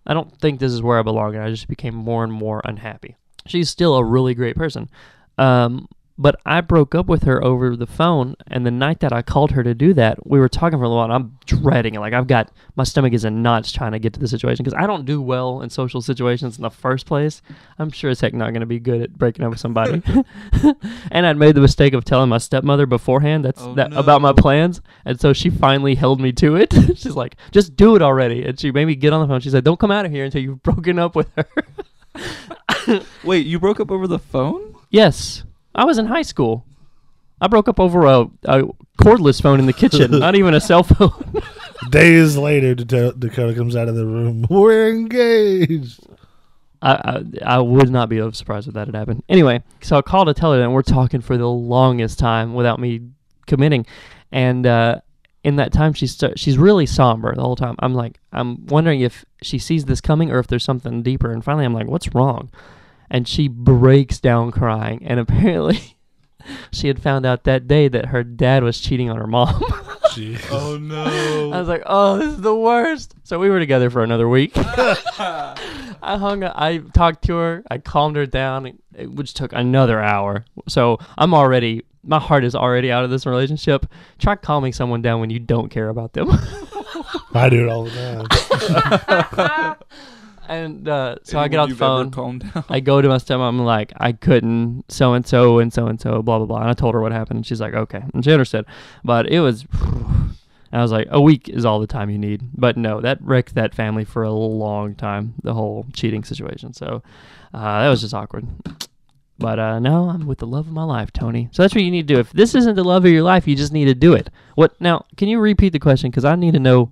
Speaker 1: I don't think this is where I belong, and I just became more and more unhappy. She's still a really great person, um, but I broke up with her over the phone, and the night that I called her to do that, we were talking for a little while, and I'm dreading it. Like I've got my stomach is in knots trying to get to the situation because I don't do well in social situations in the first place. I'm sure as heck not going to be good at breaking up with somebody. and I'd made the mistake of telling my stepmother beforehand that's
Speaker 3: Oh,
Speaker 1: that about my
Speaker 3: no.
Speaker 1: plans, and so she finally held me to it. She's like, "Just do it already," and she made me get on the phone. She said, "Don't come out of here until you've broken up with her."
Speaker 3: Wait, you broke up over the phone?
Speaker 1: Yes, I was in high school. I broke up over a, a cordless phone in the kitchen, not even a cell phone.
Speaker 4: Days later, Dakota Dakota comes out of the room. We're engaged.
Speaker 1: I, I I would not be surprised if that had happened. Anyway, so I called to tell her that, and we're talking for the longest time without me committing, and uh, in that time she's st- she's really somber the whole time. I'm like I'm wondering if she sees this coming or if there's something deeper. And finally, I'm like, what's wrong? And she breaks down crying, and apparently. She had found out that day that her dad was cheating on her mom.
Speaker 4: Oh no!
Speaker 1: I was like, "Oh, this is the worst." So we were together for another week. I hung. up- I talked to her. I calmed her down, it- which took another hour. So I'm already. My heart is already out of this relationship. Try calming someone down when you don't care about them.
Speaker 4: I do it all the time.
Speaker 1: and uh, so
Speaker 3: Anyone
Speaker 1: I get off the
Speaker 3: you've ever
Speaker 1: phone.
Speaker 3: Calmed down.
Speaker 1: I go to my stepmom. I'm like, I couldn't. So and so and so and so. Blah blah blah. And I told her what happened. And she's like, okay. And she understood. But it was. And I was like, a week is all the time you need. But no, that wrecked that family for a long time. The whole cheating situation. So uh, that was just awkward. But uh, now I'm with the love of my life, Tony. So that's what you need to do. If this isn't the love of your life, you just need to do it. What now? Can you repeat the question? Because I need to know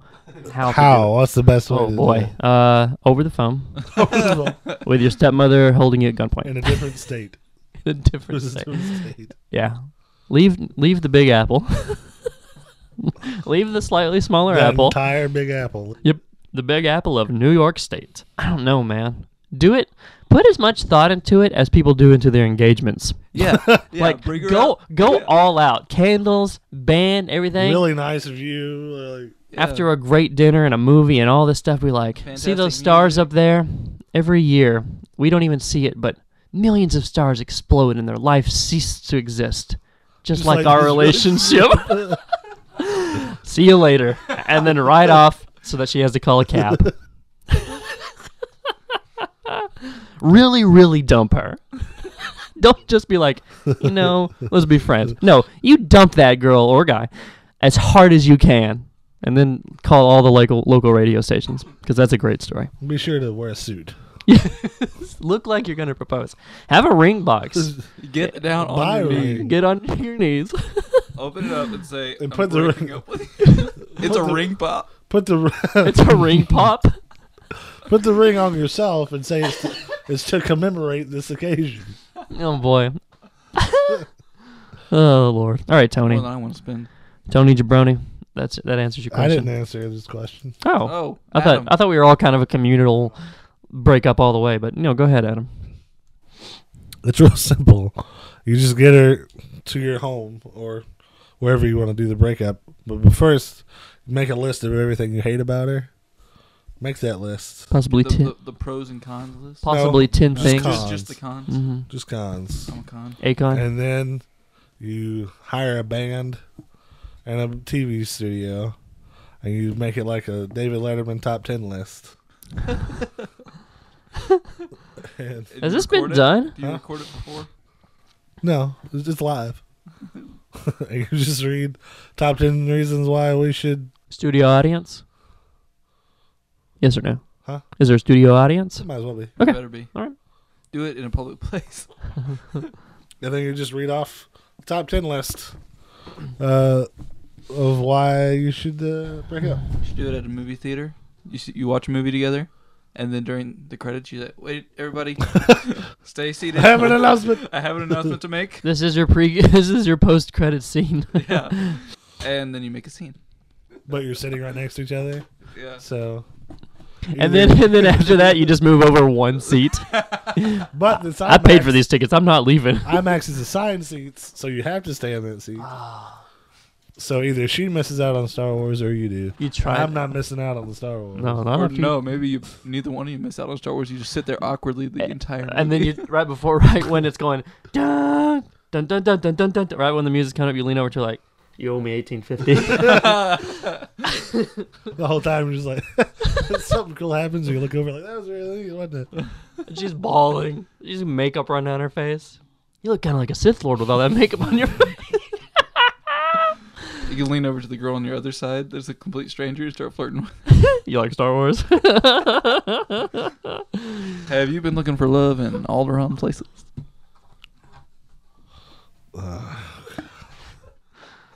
Speaker 1: how. to do
Speaker 4: How? What's the best
Speaker 1: it.
Speaker 4: way?
Speaker 1: Oh
Speaker 4: to do
Speaker 1: boy. Uh, over the phone
Speaker 4: it?
Speaker 1: with your stepmother holding you at gunpoint.
Speaker 4: In a different state.
Speaker 1: the different
Speaker 4: This is a
Speaker 1: state.
Speaker 4: different state.
Speaker 1: Yeah. Leave leave the big apple. leave the slightly smaller
Speaker 4: The
Speaker 1: apple.
Speaker 4: Entire Big Apple.
Speaker 1: yep. The big apple of New York State. I don't know, man. Do it put as much thought into it as people do into their engagements.
Speaker 3: yeah, yeah.
Speaker 1: like
Speaker 3: bring her
Speaker 1: go
Speaker 3: out.
Speaker 1: go all out. Candles, band, everything.
Speaker 4: Really nice of you. Like,
Speaker 3: Yeah.
Speaker 1: After a great dinner and a movie and all this stuff we like. see
Speaker 3: Fantastic
Speaker 1: those stars
Speaker 3: music.
Speaker 1: up there every year. We don't even see it, but millions of stars explode and their life ceases to exist. Just,
Speaker 4: Just
Speaker 1: like,
Speaker 4: like
Speaker 1: our
Speaker 4: this
Speaker 1: relationship. see you later. And then right off so that she has to call a cab. really, really dump her. Don't just be like, you know, let's be friends. No, you dump that girl or guy as hard as you can. And then call all the local local radio stations because that's a great story.
Speaker 4: be sure to wear a suit.
Speaker 1: Look like you're gonna propose. Have a ring box.
Speaker 3: get down
Speaker 4: Buy
Speaker 3: on your
Speaker 4: a
Speaker 3: knee,
Speaker 4: ring.
Speaker 1: Get on your knees.
Speaker 3: open it up, and say,
Speaker 4: And
Speaker 3: "I'm
Speaker 4: put the ring-
Speaker 3: breaking up with you." it's a
Speaker 4: the-
Speaker 3: ring pop.
Speaker 4: Put the
Speaker 1: it's a ring pop.
Speaker 4: put the ring on yourself and say it's to, it's to commemorate this occasion.
Speaker 1: Oh boy. oh lord. All right, Tony.
Speaker 3: More than I want to spend.
Speaker 1: Tony Jabroni. That's that answers your
Speaker 4: I
Speaker 1: question.
Speaker 4: didn't answer this question.
Speaker 1: Oh,
Speaker 3: Oh,
Speaker 1: I thought
Speaker 3: Adam.
Speaker 1: I thought we were all kind of a communal breakup all the way, but you know, go ahead, Adam.
Speaker 4: It's real simple. You just get her to your home or wherever you want to do the breakup. But first, make a list of everything you hate about her. Make that list.
Speaker 1: Possibly
Speaker 3: the,
Speaker 1: ten,
Speaker 3: the, the pros and cons list.
Speaker 1: possibly ten
Speaker 4: just
Speaker 1: things.
Speaker 4: cons.
Speaker 3: Just, just the cons.
Speaker 1: hmm
Speaker 4: Just cons.
Speaker 3: I'm a con.
Speaker 1: Akon.
Speaker 4: And then you hire a band and a TV studio and you make it like a David Letterman top 10 list. and
Speaker 3: Did
Speaker 1: Has
Speaker 3: you
Speaker 1: this been
Speaker 3: record it?
Speaker 1: done?
Speaker 3: Did you
Speaker 4: Huh?
Speaker 3: record it before?
Speaker 4: no, it's just live. and you just read top 10 reasons why we should.
Speaker 1: Studio audience? Yes or no?
Speaker 4: Huh?
Speaker 1: Is there a studio audience?
Speaker 4: Might as well be.
Speaker 1: Okay.
Speaker 3: It better be.
Speaker 1: All right.
Speaker 3: Do it in a public place.
Speaker 4: And then you just read off the top 10 list uh, of why you should uh, break up.
Speaker 3: You should do it at a movie theater. You s you watch a movie together, and then during the credits, you say, "Wait, everybody, stay seated.
Speaker 4: I have an announcement.
Speaker 3: I have an announcement to make."
Speaker 1: This is your pre. this is your post credit scene.
Speaker 3: Yeah. And then you make a scene.
Speaker 4: But you're sitting right next to each other.
Speaker 3: Yeah.
Speaker 4: So
Speaker 1: and then and then after that, you just move over one seat.
Speaker 4: But the
Speaker 1: I paid for
Speaker 4: IMAX
Speaker 1: these tickets. I'm not leaving.
Speaker 4: IMAX is assigned seats, so you have to stay in that seat.
Speaker 1: Ah.
Speaker 4: So either she misses out on Star Wars or you do.
Speaker 1: You try.
Speaker 4: I'm not missing out on the Star Wars.
Speaker 1: No, not
Speaker 3: Or
Speaker 1: if you-
Speaker 3: no, maybe you neither one of you miss out on Star Wars. You just sit there awkwardly the
Speaker 1: A-
Speaker 3: entire.
Speaker 1: And then you right before right when it's going dun dun dun dun dun dun dun right when the music's coming up, you lean over to like you owe me eighteen fifty.
Speaker 4: The whole time you're just like, something cool happens. You look over like, that was really neat, wasn't it?
Speaker 1: She's bawling. She's makeup running down her face. You look kind of like a Sith Lord with all that makeup on your face.
Speaker 3: you lean over to the girl on your other side. There's a complete stranger. You start flirting with.
Speaker 1: You like Star Wars?
Speaker 3: Have you been looking for love in all the wrong places?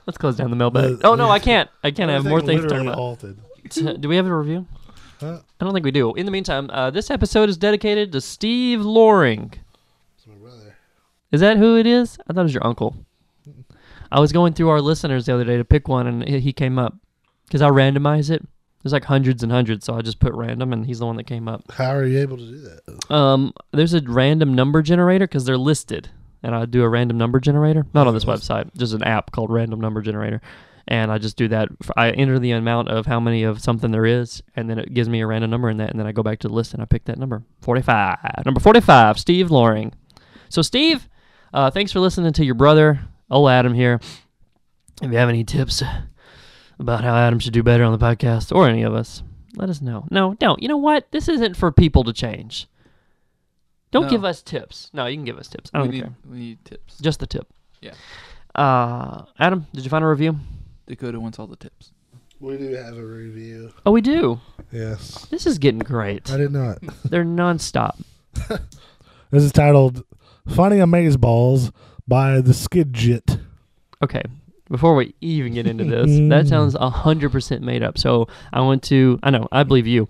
Speaker 1: Let's close down the mailbag.
Speaker 4: Uh,
Speaker 1: Oh no, I can't. I can't. I have more
Speaker 4: Everything
Speaker 1: things to talk
Speaker 4: literally
Speaker 1: about.
Speaker 4: Altered.
Speaker 1: Do we have a review?
Speaker 4: Huh?
Speaker 1: I don't think we do. In the meantime, uh, this episode is dedicated to Steve Loring.
Speaker 4: It's my brother.
Speaker 1: Is that who it is? I thought it was your uncle. I was going through our listeners the other day to pick one, and he he came up because I randomized it. There's like hundreds and hundreds, so I just put random, and he's the one that came up.
Speaker 4: How are you able to do that?
Speaker 1: Um, there's a random number generator because they're listed, and I do a random number generator. Not on this website, just an app called Random Number Generator, and I just do that. f- I enter the amount of how many of something there is, and then it gives me a random number in that, and then I go back to the list and I pick that number. Forty-five, number forty-five, Steve Loring. So Steve, uh, thanks for listening to your brother, old Adam here. If you have any tips about how Adam should do better on the podcast or any of us, let us know. No, don't. You know what? This isn't for people to change. Don't
Speaker 3: No.
Speaker 1: give us tips. No, you can give us tips. I
Speaker 3: we
Speaker 1: don't
Speaker 3: need
Speaker 1: care.
Speaker 3: we need tips.
Speaker 1: Just the tip.
Speaker 3: Yeah.
Speaker 1: Uh, Adam, did you find a review?
Speaker 3: Dakota wants all the tips.
Speaker 4: We do have a review.
Speaker 1: Oh, we do.
Speaker 4: Yes.
Speaker 1: This is getting great.
Speaker 4: I did not.
Speaker 1: They're nonstop.
Speaker 4: This is titled Funny Amaze Balls by the Skid Jit.
Speaker 1: Okay. Before we even get into this, that sounds 100% made up. So I want to, I know, I believe you.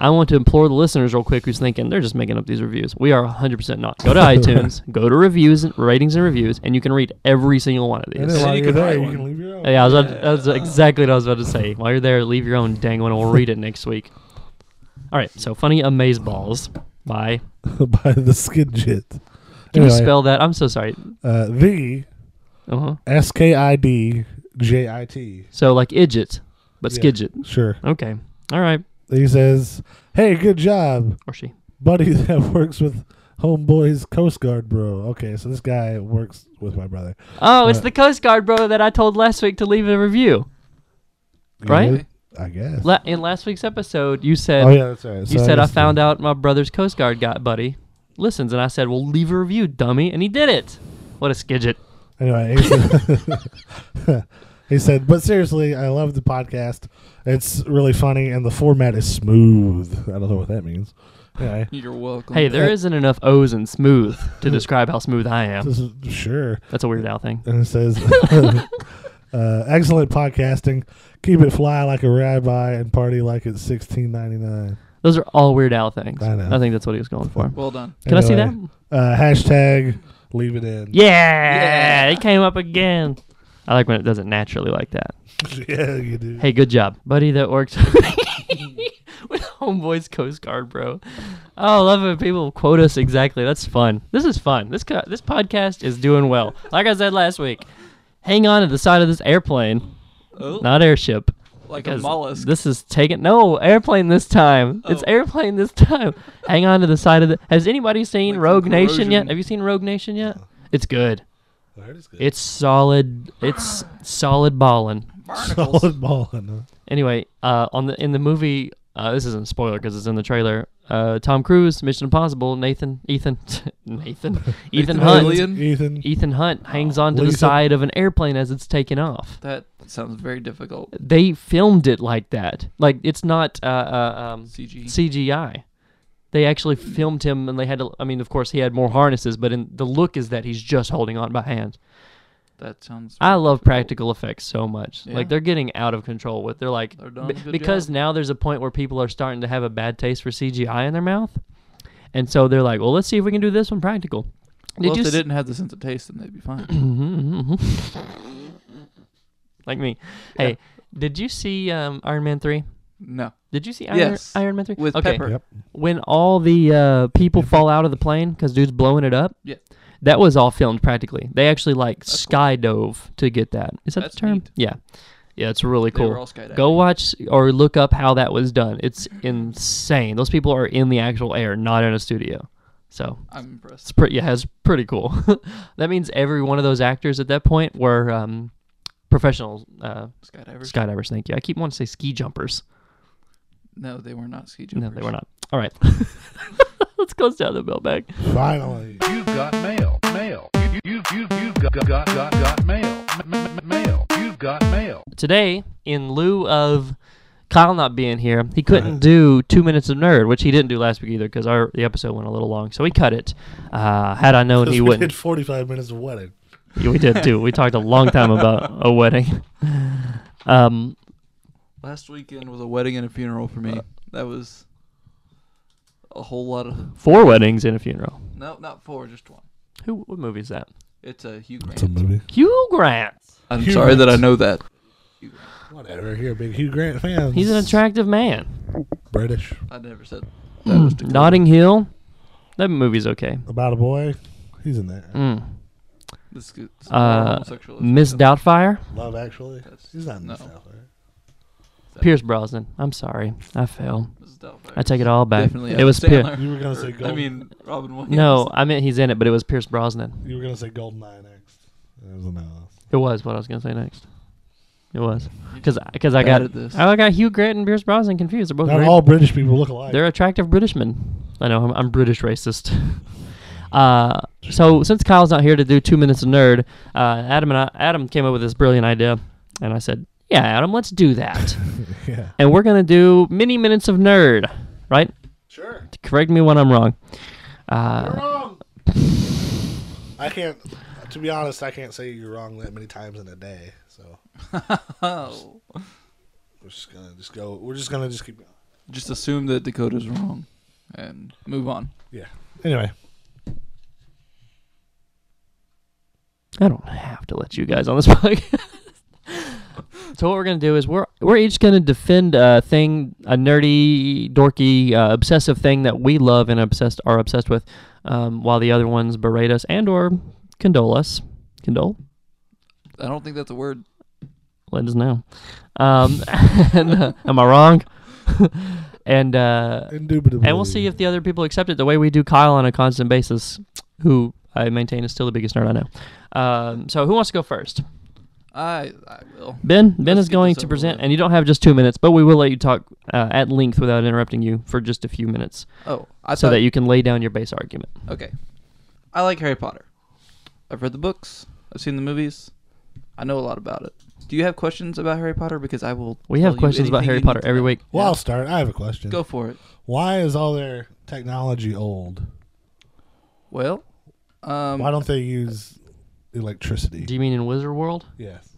Speaker 1: I want to implore the listeners real quick who's thinking they're just making up these reviews. We are 100% not. Go to iTunes, go to reviews, and ratings and reviews, and you can read every single one of
Speaker 4: And
Speaker 1: these.
Speaker 4: then
Speaker 3: So
Speaker 4: while
Speaker 3: you
Speaker 4: you are
Speaker 3: can
Speaker 4: there,
Speaker 3: write
Speaker 4: you
Speaker 3: one.
Speaker 4: can leave your own.
Speaker 1: Yeah, I was about to- that's exactly what I was about to say. While you're there, leave your own dang one. and We'll read it next week. All right. So funny amazeballs by.
Speaker 4: by the Skid Jit.
Speaker 1: Can you
Speaker 4: Anyway,
Speaker 1: spell that? I'm so sorry.
Speaker 4: Uh, the
Speaker 1: Uh huh.
Speaker 4: S K I D J I T.
Speaker 1: So like idjit, but
Speaker 4: Yeah.
Speaker 1: skidget.
Speaker 4: Sure.
Speaker 1: Okay. All right.
Speaker 4: He says, Hey, good job,
Speaker 1: Or she.
Speaker 4: buddy that works with Homeboy's Coast Guard, bro. Okay, so this guy works with my brother.
Speaker 1: Oh, it's
Speaker 4: Uh,
Speaker 1: the Coast Guard bro that I told last week to leave a review. Right?
Speaker 4: I guess.
Speaker 1: La- in last week's episode, you said
Speaker 4: Oh, yeah, that's right.
Speaker 1: you said I found out my brother's Coast Guard guy buddy listens, and I said, "Well, leave a review, dummy," and he did it. What a skidget!
Speaker 4: Anyway, he said, he said, but seriously, I love the podcast. It's really funny, and the format is smooth. I don't know what that means. Anyway,
Speaker 3: You're welcome.
Speaker 1: Hey, there
Speaker 4: Uh,
Speaker 1: isn't enough O's and smooth to describe how smooth I am.
Speaker 4: this is- sure.
Speaker 1: That's a weird Al thing.
Speaker 4: And it says, uh, excellent podcasting. Keep it fly like a rabbi and party like it's sixteen ninety nine.
Speaker 1: Those are all weird Al things.
Speaker 4: I know.
Speaker 1: I think that's what he was going for.
Speaker 3: Well done.
Speaker 1: Can I see that?
Speaker 4: Anyway. Uh, hashtag leave it in.
Speaker 1: Yeah, it came up again. I like when it does it naturally like that.
Speaker 4: yeah, you do.
Speaker 1: Hey, good job, buddy. That works with Homeboy's Coast Guard, bro. Oh, I love it when people quote us exactly. That's fun. This is fun. This co- this podcast is doing well. Like I said last week, hang on to the side of this airplane,
Speaker 3: Oh,
Speaker 1: not airship.
Speaker 3: like a
Speaker 1: 'cause
Speaker 3: mollusk.
Speaker 1: This is taking no airplane this time. It's
Speaker 3: Oh.
Speaker 1: airplane this time. hang on to the side of the. Has anybody seen
Speaker 3: Like some
Speaker 1: Rogue Nation yet?
Speaker 3: corrosion.
Speaker 1: Have you seen Rogue Nation yet? It's good.
Speaker 4: I heard it's good.
Speaker 1: It's solid. It's solid ballin'.
Speaker 4: Solid ball. I know.
Speaker 1: Anyway, uh, on the in the movie, uh, this isn't a spoiler because it's in the trailer. Uh, Tom Cruise, Mission Impossible, Nathan, Ethan, Nathan, Ethan Hunt,
Speaker 3: Alien.
Speaker 4: Ethan.
Speaker 1: Ethan Hunt hangs on to the
Speaker 4: Lisa.
Speaker 1: side of an airplane as it's taking off.
Speaker 3: That sounds very difficult.
Speaker 1: They filmed it like that. Like it's not uh, uh, um,
Speaker 3: CG.
Speaker 1: CGI. They actually filmed him, and they had to. I mean, of course, he had more harnesses, but in, the look is that he's just holding on by hand.
Speaker 3: that sounds.
Speaker 1: I love practical effects so much.
Speaker 3: Yeah.
Speaker 1: Like they're getting out of control with. They're like
Speaker 3: They're doing
Speaker 1: be-
Speaker 3: a good
Speaker 1: because
Speaker 3: job.
Speaker 1: now there's a point where people are starting to have a bad taste for CGI in their mouth, and so they're like, well, let's see if we can do this one practical. Did
Speaker 3: Well,
Speaker 1: you
Speaker 3: if they
Speaker 1: s-
Speaker 3: didn't have the sense of taste, then they'd be fine.
Speaker 1: like me? Hey, did you see um, Iron Man three?
Speaker 3: No.
Speaker 1: Did you see Iron,
Speaker 3: Yes.
Speaker 1: Iron Man 3?
Speaker 3: With
Speaker 1: okay.
Speaker 3: Pepper.
Speaker 4: Yep.
Speaker 1: When all the uh, people fall out of the plane because dude's blowing it up.
Speaker 3: Yeah.
Speaker 1: That was all filmed practically. They actually like
Speaker 3: That's cool.
Speaker 1: sky dove to get that. Is that
Speaker 3: That's
Speaker 1: the term?
Speaker 3: neat.
Speaker 1: Yeah. Yeah, it's really
Speaker 3: They
Speaker 1: cool.
Speaker 3: were all skydiving.
Speaker 1: Go watch or look up how that was done. It's insane. Those people are in the actual air, not in a studio. So
Speaker 3: I'm
Speaker 1: it's
Speaker 3: impressed.
Speaker 1: pretty. Yeah, it's pretty cool. that means every one of those actors at that point were um, professional uh,
Speaker 3: Skydivers.
Speaker 1: skydivers. Thank you. I keep wanting to say ski jumpers.
Speaker 3: no, they were not ski
Speaker 1: No,
Speaker 3: jumpers.
Speaker 1: they were not. All right. Let's close down the mailbag.
Speaker 4: Finally.
Speaker 6: You've got mail, mail. You, you, you, you've got, got, got, got, got mail, m- m- m- mail. You've got mail.
Speaker 1: Today, in lieu of Kyle not being here, he couldn't do two minutes of nerd, which he didn't do last week either because our the episode went a little long, so we cut it. Uh, had I known
Speaker 4: 'Cause
Speaker 1: he
Speaker 4: we
Speaker 1: wouldn't,
Speaker 4: did 45 minutes of wedding.
Speaker 1: Yeah, we did too. We talked a long time about a wedding. Um,
Speaker 3: Last weekend was a wedding and a funeral for
Speaker 1: Uh,
Speaker 3: me. that was a whole lot of
Speaker 1: four weddings and a funeral.
Speaker 3: no, not four, just one.
Speaker 1: Who? What movie is that?
Speaker 3: It's a Hugh Grant.
Speaker 4: It's a movie.
Speaker 1: Hugh Grant.
Speaker 3: I'm
Speaker 4: Hugh
Speaker 3: sorry that I
Speaker 4: Grant.
Speaker 3: know that.
Speaker 4: Whatever. Here, big Hugh Grant fan.
Speaker 1: He's an attractive man.
Speaker 4: British.
Speaker 3: I never said that was Dakota.
Speaker 1: Notting Hill. That movie's okay.
Speaker 4: About a boy. He's in there.
Speaker 1: Mm.
Speaker 3: This is it's
Speaker 1: Uh,
Speaker 3: homosexual.
Speaker 1: Miss Doubtfire.
Speaker 4: Love Actually.
Speaker 3: That's-
Speaker 4: He's not in
Speaker 3: no.
Speaker 4: this stuff. right?
Speaker 1: Pierce Brosnan. I'm sorry. I fell.
Speaker 3: Mrs. Doubtfire.
Speaker 1: I take it all back.
Speaker 3: Definitely
Speaker 1: It
Speaker 3: Adam
Speaker 1: was Pierce.
Speaker 3: Sandler.
Speaker 4: You were gonna say
Speaker 3: Or, I
Speaker 4: Gold-
Speaker 3: mean, Robin Williams.
Speaker 1: No, I meant he's in it, but it was Pierce Brosnan.
Speaker 4: You were gonna say Goldeneye next. That was a no.
Speaker 1: It was what I was gonna say next. It was because I
Speaker 3: Bad
Speaker 1: got
Speaker 3: at this.
Speaker 1: I got Hugh Grant and Pierce Brosnan confused. They're both
Speaker 4: Not
Speaker 1: great
Speaker 4: all British people look alike.
Speaker 1: They're attractive British men. I know I'm, I'm British racist. uh, so since Kyle's not here to do two minutes of nerd, uh, Adam and I, Adam came up with this brilliant idea, and I said, "Yeah, Adam, let's do that."
Speaker 4: yeah.
Speaker 1: and we're gonna do mini minutes of nerd, right?
Speaker 4: Sure.
Speaker 1: Correct me when I'm wrong.
Speaker 4: You're
Speaker 1: Uh,
Speaker 4: wrong. I can't. To be honest, I can't say you're wrong that many times in a day. So
Speaker 3: Oh.
Speaker 4: we're just gonna just go. We're just gonna just keep going.
Speaker 3: Just assume that Dakota's wrong and move on.
Speaker 4: Yeah. Anyway,
Speaker 1: I don't have to let you guys on this podcast. so what we're gonna do is we're we're each gonna defend a thing, a nerdy, dorky, uh, obsessive thing that we love and obsessed are obsessed with, um, while the other ones berate us and or condole us. Condole.
Speaker 3: I don't think that's a word.
Speaker 1: Let us know. Um, and, uh, am I wrong? and uh,
Speaker 4: indubitably.
Speaker 1: and we'll see if the other people accept it the way we do Kyle on a constant basis, who I maintain is still the biggest nerd I know. Um, so who wants to go first?
Speaker 3: I I will.
Speaker 1: Ben, Ben
Speaker 3: Let's
Speaker 1: is
Speaker 3: get
Speaker 1: going
Speaker 3: this
Speaker 1: to
Speaker 3: over
Speaker 1: present,
Speaker 3: with.
Speaker 1: and you don't have just two minutes, but we will let you talk uh, at length without interrupting you for just a few minutes,
Speaker 3: Oh, I
Speaker 1: so
Speaker 3: thought
Speaker 1: that you can lay down your base argument.
Speaker 3: Okay. I like Harry Potter. I've read the books. I've seen the movies. I know a lot about it. Do you have questions about Harry Potter? Because I will.
Speaker 1: We
Speaker 3: tell
Speaker 1: have
Speaker 3: you
Speaker 1: questions about
Speaker 3: anything
Speaker 1: Harry
Speaker 3: you need
Speaker 1: Potter
Speaker 3: to
Speaker 1: every
Speaker 3: know.
Speaker 1: week.
Speaker 4: Well,
Speaker 3: Yeah.
Speaker 4: I'll start. I have a question.
Speaker 3: Go for it.
Speaker 4: Why is all their technology old?
Speaker 3: Well, um,
Speaker 4: Why don't they use electricity?
Speaker 1: Do you mean in Wizard World?
Speaker 4: yes.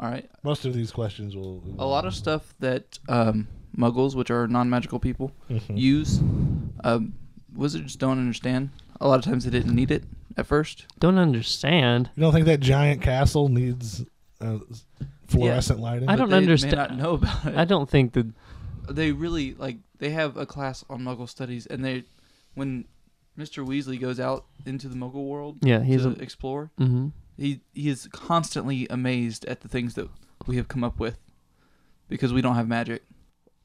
Speaker 3: all right.
Speaker 4: Most of these questions will.
Speaker 3: A lot of stuff that um, Muggles, which are non-magical people,
Speaker 4: Mm-hmm.
Speaker 3: use. Um, wizards don't understand. A lot of times they didn't need it at first.
Speaker 1: Don't understand.
Speaker 4: You don't think that giant castle needs uh, fluorescent lighting?
Speaker 1: I
Speaker 3: but
Speaker 1: don't
Speaker 3: they
Speaker 1: understa-
Speaker 3: May not know about it.
Speaker 1: I don't think that.
Speaker 3: they really like they have a class on Muggle studies, and they when Mr. Weasley goes out into the Muggle world
Speaker 1: Yeah, he's
Speaker 3: to
Speaker 1: a-
Speaker 3: explore,
Speaker 1: hmm
Speaker 3: he he is constantly amazed at the things that we have come up with because we don't have magic.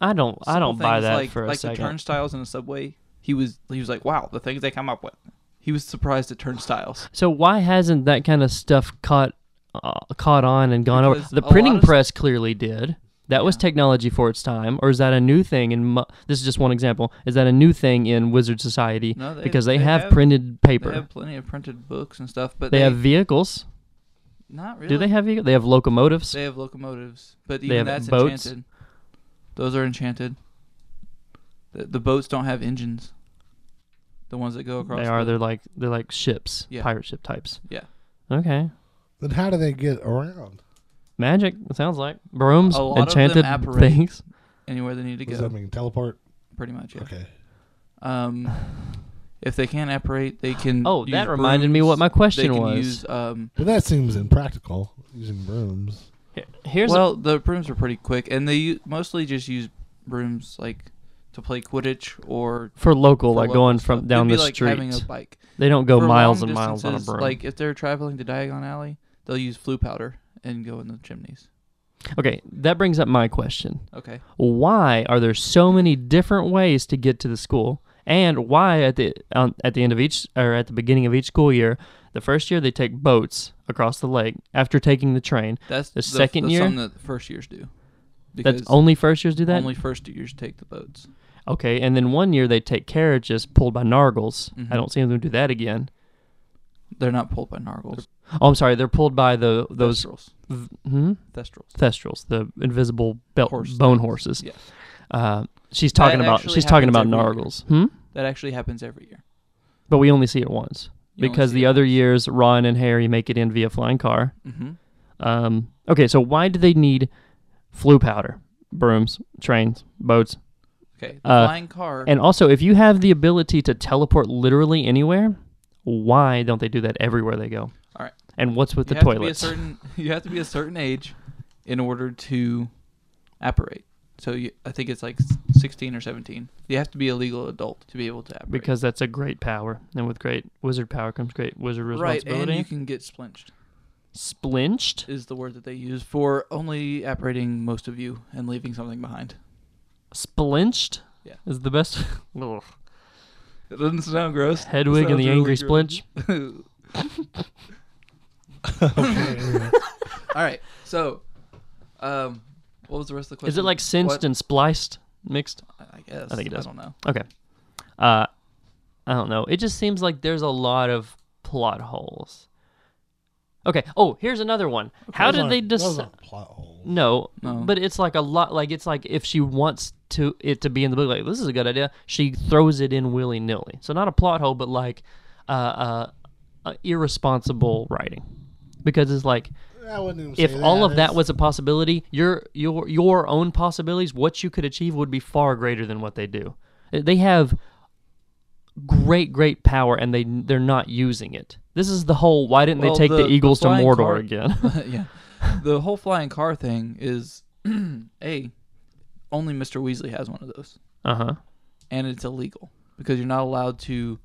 Speaker 1: I don't. I
Speaker 3: Simple
Speaker 1: don't buy
Speaker 3: things
Speaker 1: that
Speaker 3: like,
Speaker 1: for a
Speaker 3: like the
Speaker 1: second.
Speaker 3: turnstiles in a subway. He was he was like, wow, the things they come up with. He was surprised at turnstiles.
Speaker 1: so why hasn't that kind of stuff caught uh, caught on and gone
Speaker 3: Because
Speaker 1: over? The
Speaker 3: a lot
Speaker 1: printing
Speaker 3: of s-
Speaker 1: press clearly did. That was
Speaker 3: Yeah.
Speaker 1: technology for its time, or is that a new thing? In mu- this is just one example. Is that a new thing in wizard society?
Speaker 3: No, they-
Speaker 1: because they,
Speaker 3: they
Speaker 1: have,
Speaker 3: have-
Speaker 1: printed paper.
Speaker 3: They have plenty of printed books and stuff, but
Speaker 1: They have vehicles.
Speaker 3: not really.
Speaker 1: Do they have vehicles? They have locomotives.
Speaker 3: They have locomotives, but
Speaker 1: They
Speaker 3: even
Speaker 1: have
Speaker 3: that's
Speaker 1: boats?
Speaker 3: enchanted. Those are enchanted. The, the boats don't have engines. The ones that go across.
Speaker 1: They are.
Speaker 3: The,
Speaker 1: They're like they're like ships,
Speaker 3: Yeah.
Speaker 1: pirate ship types.
Speaker 3: Yeah.
Speaker 1: Okay.
Speaker 4: Then how do they get around?
Speaker 1: Magic. It sounds like brooms,
Speaker 3: A lot of them
Speaker 1: enchanted
Speaker 3: apparate.
Speaker 1: things.
Speaker 3: anywhere they need to
Speaker 4: What does that
Speaker 3: go,
Speaker 4: mean? Teleport?
Speaker 3: pretty much. Yeah.
Speaker 4: Okay.
Speaker 3: Um, if they can't apparate, they can.
Speaker 1: Oh,
Speaker 3: use
Speaker 1: that reminded me
Speaker 3: brooms.
Speaker 1: what my
Speaker 3: They
Speaker 1: question
Speaker 3: can
Speaker 1: was.
Speaker 3: use. Um,
Speaker 4: Well, that seems impractical using brooms.
Speaker 1: Here- Here's a-
Speaker 3: well, the brooms are pretty quick, and they u- mostly just use rooms like to play Quidditch or
Speaker 1: for local,
Speaker 3: for
Speaker 1: like
Speaker 3: local
Speaker 1: going
Speaker 3: stuff.
Speaker 1: from down
Speaker 3: It'd
Speaker 1: the
Speaker 3: be like having
Speaker 1: street.
Speaker 3: a bike.
Speaker 1: they don't go
Speaker 3: For
Speaker 1: miles
Speaker 3: long
Speaker 1: and miles on a
Speaker 3: distances,
Speaker 1: broom.
Speaker 3: Like if they're traveling to Diagon Alley, they'll use flue powder and go in the chimneys.
Speaker 1: okay, that brings up my question.
Speaker 3: Okay.
Speaker 1: Why are there so many different ways to get to the school? And why at the on, at the end of each or at the beginning of each school year, the first year they take boats across the lake after taking the train.
Speaker 3: That's
Speaker 1: The second
Speaker 3: that's
Speaker 1: year?
Speaker 3: something that the first years do. Because
Speaker 1: That's only first years do that.
Speaker 3: only first years take the boats.
Speaker 1: okay, and then one year they take carriages pulled by nargles.
Speaker 3: Mhm.
Speaker 1: I don't see them do that again.
Speaker 3: They're not pulled by nargles.
Speaker 1: Oh, I'm sorry, they're pulled by the those
Speaker 3: Thestrals.
Speaker 1: v- hmm?
Speaker 3: Thestrals.
Speaker 1: thestrals, the invisible belt
Speaker 3: Horse
Speaker 1: bone
Speaker 3: things.
Speaker 1: horses.
Speaker 3: Yeah.
Speaker 1: Uh, she's talking
Speaker 3: That
Speaker 1: about
Speaker 3: actually
Speaker 1: she's talking about
Speaker 3: happens every
Speaker 1: nargles. Hmm?
Speaker 3: That actually happens every year.
Speaker 1: But we only see it once because the other years Ron and Harry make it in via flying car.
Speaker 3: hmm
Speaker 1: Um, okay, so why do they need flu powder, brooms, trains, boats?
Speaker 3: Okay. The
Speaker 1: Uh,
Speaker 3: flying car.
Speaker 1: And also, if you have the ability to teleport literally anywhere, why don't they do that everywhere they go?
Speaker 3: All right.
Speaker 1: And what's with the
Speaker 3: you have to be a
Speaker 1: toilets?
Speaker 3: certain. You have to be a certain age, in order to, apparate. So you, I think it's like s- sixteen or seventeen. You have to be a legal adult to be able to apparate.
Speaker 1: Because that's a great power, and with great wizard power comes great wizard
Speaker 3: right,
Speaker 1: responsibility.
Speaker 3: and you can get splinched.
Speaker 1: Splinched.
Speaker 3: Is the word that they use for only apparating most of you and leaving something behind.
Speaker 1: Splinched
Speaker 3: Yeah.
Speaker 1: is the best. Ugh.
Speaker 3: It doesn't sound gross.
Speaker 1: Hedwig and
Speaker 3: Sounds
Speaker 1: the Angry
Speaker 3: really gross.
Speaker 1: Splinch.
Speaker 3: All right. So, um, what was the rest of the question?
Speaker 1: Is it like cinched
Speaker 3: What-
Speaker 1: and spliced mixed?
Speaker 3: I guess.
Speaker 1: I think it does.
Speaker 3: I don't know.
Speaker 1: Okay. Uh, I don't know. It just seems like there's a lot of plot holes. Okay. Oh, here's another one. How
Speaker 4: That was
Speaker 1: did
Speaker 4: a-
Speaker 1: they
Speaker 4: That was
Speaker 1: decide?
Speaker 4: a plot hole.
Speaker 1: No,
Speaker 3: No.
Speaker 1: but it's like a lot. Like it's like if she wants to it to be in the book, like this is a good idea. She throws it in willy nilly. So not a plot hole, but like uh, uh, uh, irresponsible writing, because it's like
Speaker 4: I wouldn't even
Speaker 1: if
Speaker 4: say
Speaker 1: all of that
Speaker 4: It's-
Speaker 1: was a possibility, your your your own possibilities, what you could achieve would be far greater than what they do. Uh, They have great great power and they they're not using it. This is the whole why didn't
Speaker 3: Well,
Speaker 1: they take the,
Speaker 3: the- the
Speaker 1: Eagles to
Speaker 3: flying
Speaker 1: Mordor
Speaker 3: car-
Speaker 1: again?
Speaker 3: yeah. The whole flying car thing is a only Mr. Weasley has one of those,
Speaker 1: uh-huh.
Speaker 3: and it's illegal because you're not allowed to.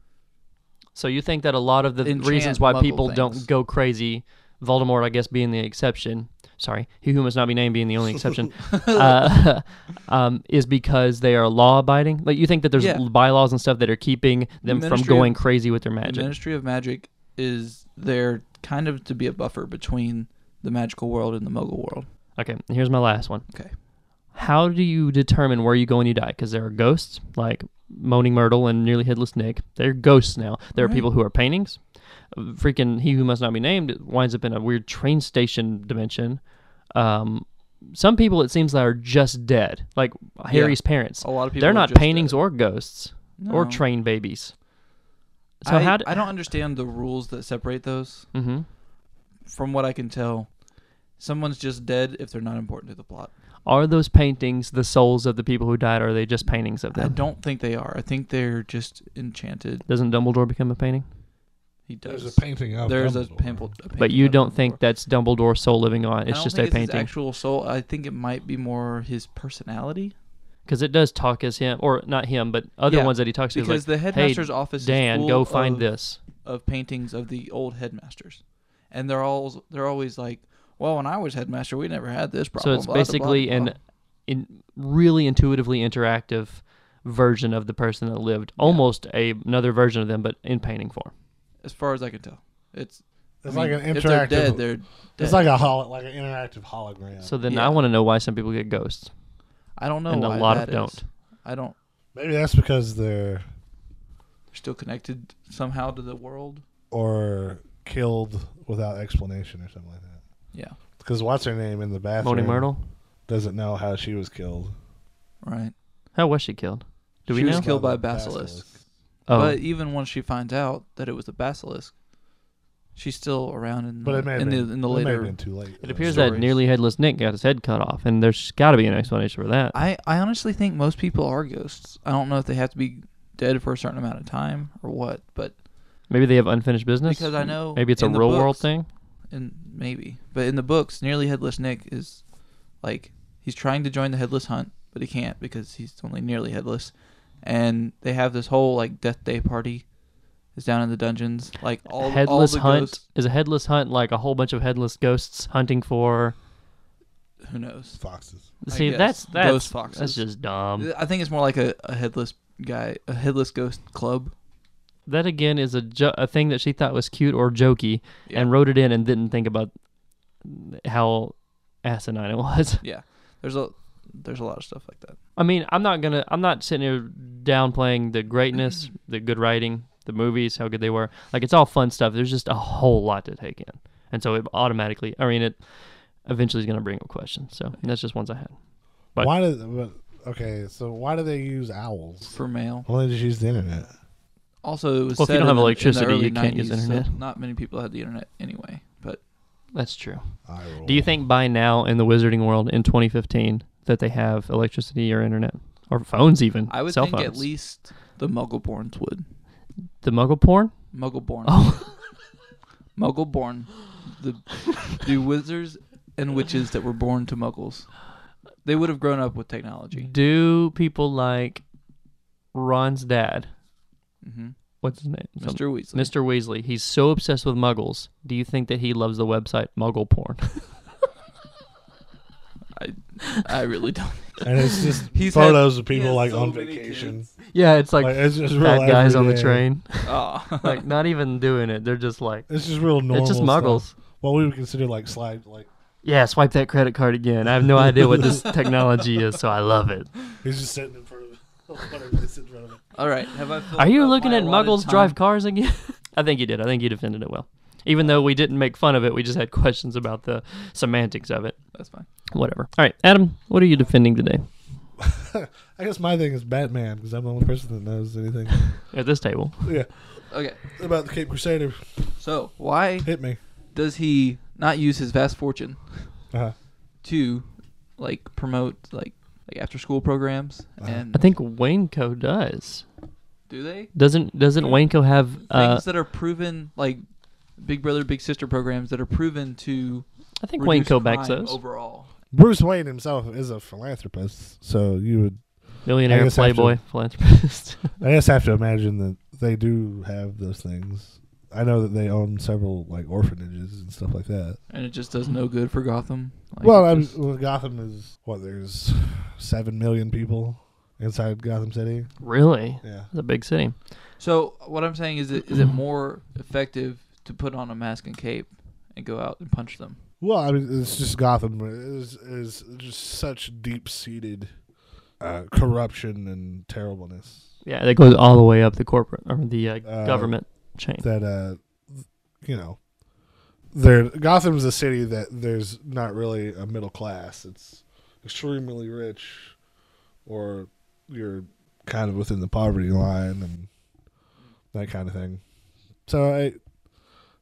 Speaker 1: So you think that a lot of the
Speaker 3: Enchant
Speaker 1: reasons why
Speaker 3: muggle
Speaker 1: people
Speaker 3: things.
Speaker 1: don't go crazy, Voldemort I guess being the exception, sorry, he who must not be named being the only exception, uh, um, is because they are law abiding. Like you think that there's
Speaker 3: Yeah.
Speaker 1: bylaws and stuff that are keeping them from
Speaker 3: Ministry of-
Speaker 1: going crazy with their
Speaker 3: The
Speaker 1: magic.
Speaker 3: Ministry of Magic is there kind of to be a buffer between the magical world and the Muggle world.
Speaker 1: Okay, here's my last one.
Speaker 3: Okay.
Speaker 1: How do you determine where you go when you die? Because there are ghosts, like Moaning Myrtle and Nearly Headless Nick. They're ghosts now. There are
Speaker 3: Right.
Speaker 1: people who are paintings. Freaking He Who Must Not Be Named winds up in a weird train station dimension. Um, some people, it seems, are just dead, like Harry's parents.
Speaker 3: A lot of people
Speaker 1: They're
Speaker 3: are
Speaker 1: not
Speaker 3: just
Speaker 1: paintings
Speaker 3: dead.
Speaker 1: or ghosts or
Speaker 3: No.
Speaker 1: train babies. So
Speaker 3: I,
Speaker 1: how do
Speaker 3: I don't understand the rules that separate those.
Speaker 1: hmm
Speaker 3: From what I can tell, someone's just dead if they're not important to the plot.
Speaker 1: are those paintings the souls of the people who died? Or are they just paintings of
Speaker 3: I
Speaker 1: them?
Speaker 3: don't think they are. I think they're just enchanted.
Speaker 1: Doesn't Dumbledore become a painting?
Speaker 3: He does.
Speaker 4: There's a painting of
Speaker 3: There's a
Speaker 4: Dumbledore.
Speaker 3: pimple. a
Speaker 1: But
Speaker 3: painting
Speaker 1: you
Speaker 3: of
Speaker 1: don't think
Speaker 3: Dumbledore.
Speaker 1: that's Dumbledore's soul living on?
Speaker 3: I
Speaker 1: It's
Speaker 3: don't
Speaker 1: just
Speaker 3: think
Speaker 1: a
Speaker 3: His
Speaker 1: painting
Speaker 3: actual soul. I think it might be more his personality.
Speaker 1: because it does talk as him, or not him, but other
Speaker 3: Yeah,
Speaker 1: ones that he talks to. is
Speaker 3: Because
Speaker 1: Like,
Speaker 3: the headmaster's office. is
Speaker 1: Dan,
Speaker 3: full
Speaker 1: go find
Speaker 3: of,
Speaker 1: this.
Speaker 3: of paintings of the old headmasters, and they're all they're always like, "Well, when I was headmaster, we never had this
Speaker 1: So
Speaker 3: problem."
Speaker 1: it's
Speaker 3: blah, blah, blah,
Speaker 1: basically
Speaker 3: blah,
Speaker 1: an,
Speaker 3: blah."
Speaker 1: in really intuitively interactive version of the person that lived, almost a, another version of them, but in painting form.
Speaker 3: as far as I can tell, it's
Speaker 4: It's
Speaker 3: I mean,
Speaker 4: like an
Speaker 3: If they're
Speaker 4: interactive.
Speaker 3: dead, they're dead.
Speaker 4: it's like a holo, like an interactive hologram.
Speaker 1: So then
Speaker 3: Yeah.
Speaker 1: I want to know why some people get ghosts.
Speaker 3: I don't know.
Speaker 1: and a
Speaker 3: why
Speaker 1: lot of
Speaker 3: that
Speaker 1: don't.
Speaker 3: is. I don't.
Speaker 4: Maybe that's because they're
Speaker 3: They're still connected somehow to the world.
Speaker 4: or killed without explanation or something like that.
Speaker 3: Yeah.
Speaker 4: Because what's her name in the bathroom?
Speaker 1: Moaning Myrtle.
Speaker 4: doesn't know how she was killed.
Speaker 3: Right.
Speaker 1: How was she killed? Do we
Speaker 3: She was
Speaker 1: know?
Speaker 3: killed by a basilisk.
Speaker 1: oh,
Speaker 3: But even once she finds out that it was a basilisk, she's still around in the,
Speaker 4: But it may have
Speaker 3: in,
Speaker 4: been,
Speaker 3: the in the
Speaker 4: it may have
Speaker 3: later.
Speaker 4: been too late.
Speaker 1: it appears that
Speaker 3: stories.
Speaker 1: nearly headless Nick got his head cut off, and there's got to be an explanation for that.
Speaker 3: I, I honestly think most people are ghosts. I don't know if they have to be dead for a certain amount of time or what, but
Speaker 1: Maybe they have unfinished business.
Speaker 3: because I know
Speaker 1: Maybe it's a
Speaker 3: in the
Speaker 1: real world
Speaker 3: books-
Speaker 1: thing.
Speaker 3: and maybe, but in the books, nearly headless Nick is like he's trying to join the headless hunt, but he can't because he's only nearly headless. And they have this whole like death day party, is down in the dungeons. Like all all
Speaker 1: headless
Speaker 3: the
Speaker 1: hunt
Speaker 3: ghosts.
Speaker 1: is a headless hunt like a whole bunch of headless ghosts hunting for.
Speaker 3: Who knows?
Speaker 4: Foxes.
Speaker 3: I
Speaker 1: See,
Speaker 3: guess.
Speaker 1: that's that's
Speaker 3: Ghost foxes.
Speaker 1: that's just dumb.
Speaker 3: I think it's more like a, a headless guy, a headless ghost club.
Speaker 1: That again is a jo- a thing that she thought was cute or jokey
Speaker 3: Yeah.
Speaker 1: and wrote it in and didn't think about how asinine it was.
Speaker 3: yeah, there's a there's a lot of stuff like that.
Speaker 1: I mean, I'm not gonna. I'm not sitting here downplaying the greatness, the good writing, the movies, how good they were. Like it's all fun stuff. There's just a whole lot to take in, and so it automatically. I mean, it eventually is gonna bring up questions. So that's just ones I had. But-
Speaker 4: Why did? But, okay, so why do they use owls?
Speaker 3: For mail,
Speaker 4: Why don't they just use the internet?
Speaker 3: also it was
Speaker 1: Well, if you
Speaker 3: said
Speaker 1: don't have
Speaker 3: in the- in the
Speaker 1: electricity, you
Speaker 3: early
Speaker 1: can't use
Speaker 3: 90s, so
Speaker 1: internet.
Speaker 3: not many people had the internet anyway. But
Speaker 1: That's true.
Speaker 4: I roll.
Speaker 1: Do you think by now in the wizarding world in 2015 that they have electricity or internet or phones even?
Speaker 3: I would
Speaker 1: Mm, cell
Speaker 3: think at
Speaker 1: phones?
Speaker 3: least the Muggleborns would.
Speaker 1: the Muggle porn.
Speaker 3: Muggleborn.
Speaker 1: Oh,
Speaker 3: Muggleborn. The the wizards and witches that were born to muggles. They would have grown up with technology.
Speaker 1: do people like Ron's dad?
Speaker 3: hmm
Speaker 1: What's his name? Some-
Speaker 3: Mr. Weasley.
Speaker 1: Mr. Weasley, he's so obsessed with muggles. Do you think that he loves the website Muggle Porn?
Speaker 3: I really don't.
Speaker 4: And it's just
Speaker 3: He's had-
Speaker 4: photos of
Speaker 3: he
Speaker 4: people
Speaker 3: has
Speaker 4: like
Speaker 3: so
Speaker 4: on
Speaker 3: many
Speaker 4: vacation.
Speaker 3: kids.
Speaker 1: yeah, it's like,
Speaker 4: Like, it's just real
Speaker 1: fat guys on the
Speaker 4: everyday.
Speaker 1: train.
Speaker 3: Oh.
Speaker 1: like not even doing it. They're just like
Speaker 4: It's just real normal.
Speaker 1: it's just
Speaker 4: stuff.
Speaker 1: muggles.
Speaker 4: What we would consider like slide, like
Speaker 1: Yeah, swipe that credit card again. I have no idea what this technology is, so I love it.
Speaker 4: he's just sitting in front of whatever is in front of it.
Speaker 3: All right. Have I? filled
Speaker 1: Are you
Speaker 3: up
Speaker 1: looking
Speaker 3: my
Speaker 1: at
Speaker 3: allotted
Speaker 1: muggles
Speaker 3: time?
Speaker 1: drive cars again? I think you did. I think you defended it well. Even though we didn't make fun of it, we just had questions about the semantics of it.
Speaker 3: That's fine.
Speaker 1: Whatever. All right, Adam, what are you defending today
Speaker 4: I guess my thing is Batman because I'm the only person that knows anything.
Speaker 1: at this table?
Speaker 4: yeah,
Speaker 3: Okay.
Speaker 4: about the Cape Crusader,
Speaker 3: So why
Speaker 4: hit me.
Speaker 3: does he not use his vast fortune
Speaker 4: Uh-huh.
Speaker 3: to like promote like like after school programs?
Speaker 4: Uh-huh.
Speaker 3: And
Speaker 1: I think Wainco does.
Speaker 3: do they
Speaker 1: Doesn't doesn't Wainco have uh,
Speaker 3: things that are proven like Big Brother Big Sister programs that are proven to
Speaker 1: I think Wayne
Speaker 3: reduce
Speaker 1: Kobach
Speaker 3: crime
Speaker 1: those.
Speaker 3: overall.
Speaker 4: Bruce Wayne himself is a philanthropist, so you would, I
Speaker 1: Millionaire,
Speaker 4: guess I have to-
Speaker 1: playboy, philanthropist.
Speaker 4: I guess, have to imagine that they do have those things. I know that they own several like orphanages and stuff like that.
Speaker 3: And it just does no good for Gotham. Like,
Speaker 4: well,
Speaker 3: it
Speaker 4: I'm,
Speaker 3: just-
Speaker 4: well, Gotham is what there's seven million people inside Gotham City.
Speaker 1: really?
Speaker 4: Yeah,
Speaker 1: It's a big city.
Speaker 3: so what I'm saying is, it, is it more effective to put on a mask and cape and go out and punch them?
Speaker 4: Well, I mean, it's just Gotham is is just such deep seated uh, corruption and terribleness
Speaker 1: Yeah, that goes all the way up the corporate or the uh,
Speaker 4: Uh,
Speaker 1: government chain.
Speaker 4: that uh, th- you know, there Gotham's a city that there's not really a middle class. It's extremely rich, or you're kind of within the poverty line and that kind of thing. So I,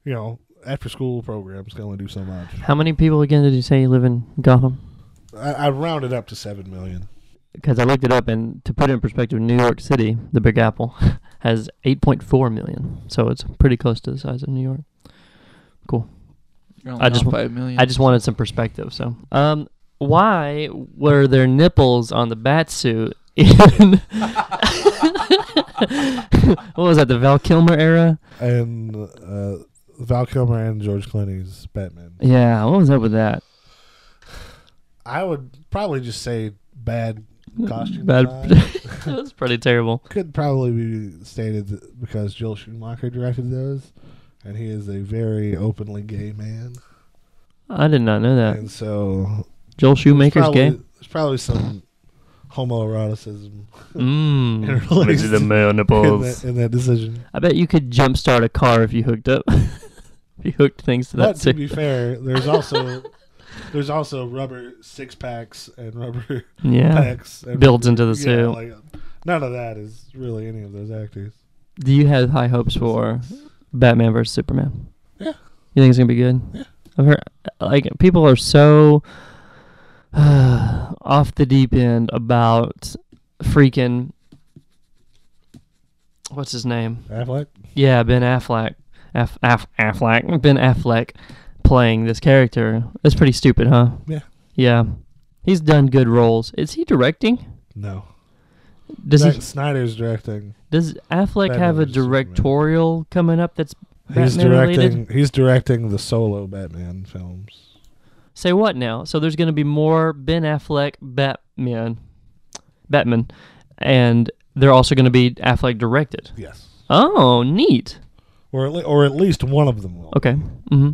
Speaker 4: you know, after school programs can only do so much.
Speaker 1: How many people again did you say you live in Gotham?
Speaker 4: I, I rounded up to seven million.
Speaker 1: Because I looked it up, and to put it in perspective, New York City, the Big Apple, has 8.4 million, so it's pretty close to the size of New York.
Speaker 3: You're only
Speaker 1: I just
Speaker 3: off
Speaker 1: wa-
Speaker 3: by a million.
Speaker 1: I just wanted some perspective. So, um, why were there nipples on the bat suit? In what was that? The Val Kilmer era?
Speaker 4: and uh, Val Kilmer and George Clooney's Batman.
Speaker 1: Yeah. What was up with that?
Speaker 4: I would probably just say bad costume
Speaker 1: Bad-
Speaker 4: design.
Speaker 1: That was pretty terrible.
Speaker 4: Could probably be stated that because Joel Schumacher directed those, and he is a very openly gay man,
Speaker 1: I did not know that.
Speaker 4: and so
Speaker 1: Joel
Speaker 4: there's
Speaker 1: Shoemaker's
Speaker 4: probably,
Speaker 1: gay.
Speaker 4: There's probably some homoeroticism
Speaker 1: Mmm.
Speaker 4: released in,
Speaker 1: male
Speaker 4: that, in that decision.
Speaker 1: I bet you could jumpstart a car if you hooked up. if you hooked things to
Speaker 4: But
Speaker 1: that
Speaker 4: to
Speaker 1: suit.
Speaker 4: be fair, there's also there's also rubber six packs and rubber
Speaker 1: yeah.
Speaker 4: packs and
Speaker 1: Builds into the
Speaker 4: Yeah,
Speaker 1: suit.
Speaker 4: like, none of that is really any of those actors.
Speaker 1: Do you have high hopes for Batman versus Superman?
Speaker 4: Yeah.
Speaker 1: You think it's gonna be good?
Speaker 4: Yeah.
Speaker 1: I've heard like people are so off the deep end about freaking what's his name?
Speaker 4: Affleck.
Speaker 1: Yeah, Ben Affleck, Aff, Aff, Affleck, Ben Affleck playing this character. That's pretty stupid, huh?
Speaker 4: Yeah.
Speaker 1: Yeah. He's done good roles. Is he directing?
Speaker 4: No.
Speaker 1: Does
Speaker 4: Zack
Speaker 1: he?
Speaker 4: Snyder's directing.
Speaker 1: Does Affleck
Speaker 4: Batman
Speaker 1: have a
Speaker 4: versus Superman.
Speaker 1: directorial coming up? That's
Speaker 4: He's
Speaker 1: Batman
Speaker 4: directing.
Speaker 1: related?
Speaker 4: He's directing the solo Batman films.
Speaker 1: say what now? So there's going to be more Ben Affleck Batman, Batman, and they're also going to be Affleck directed.
Speaker 4: Yes.
Speaker 1: Oh, neat.
Speaker 4: Or at le- or at least one of them will.
Speaker 1: Okay. Mm-hmm.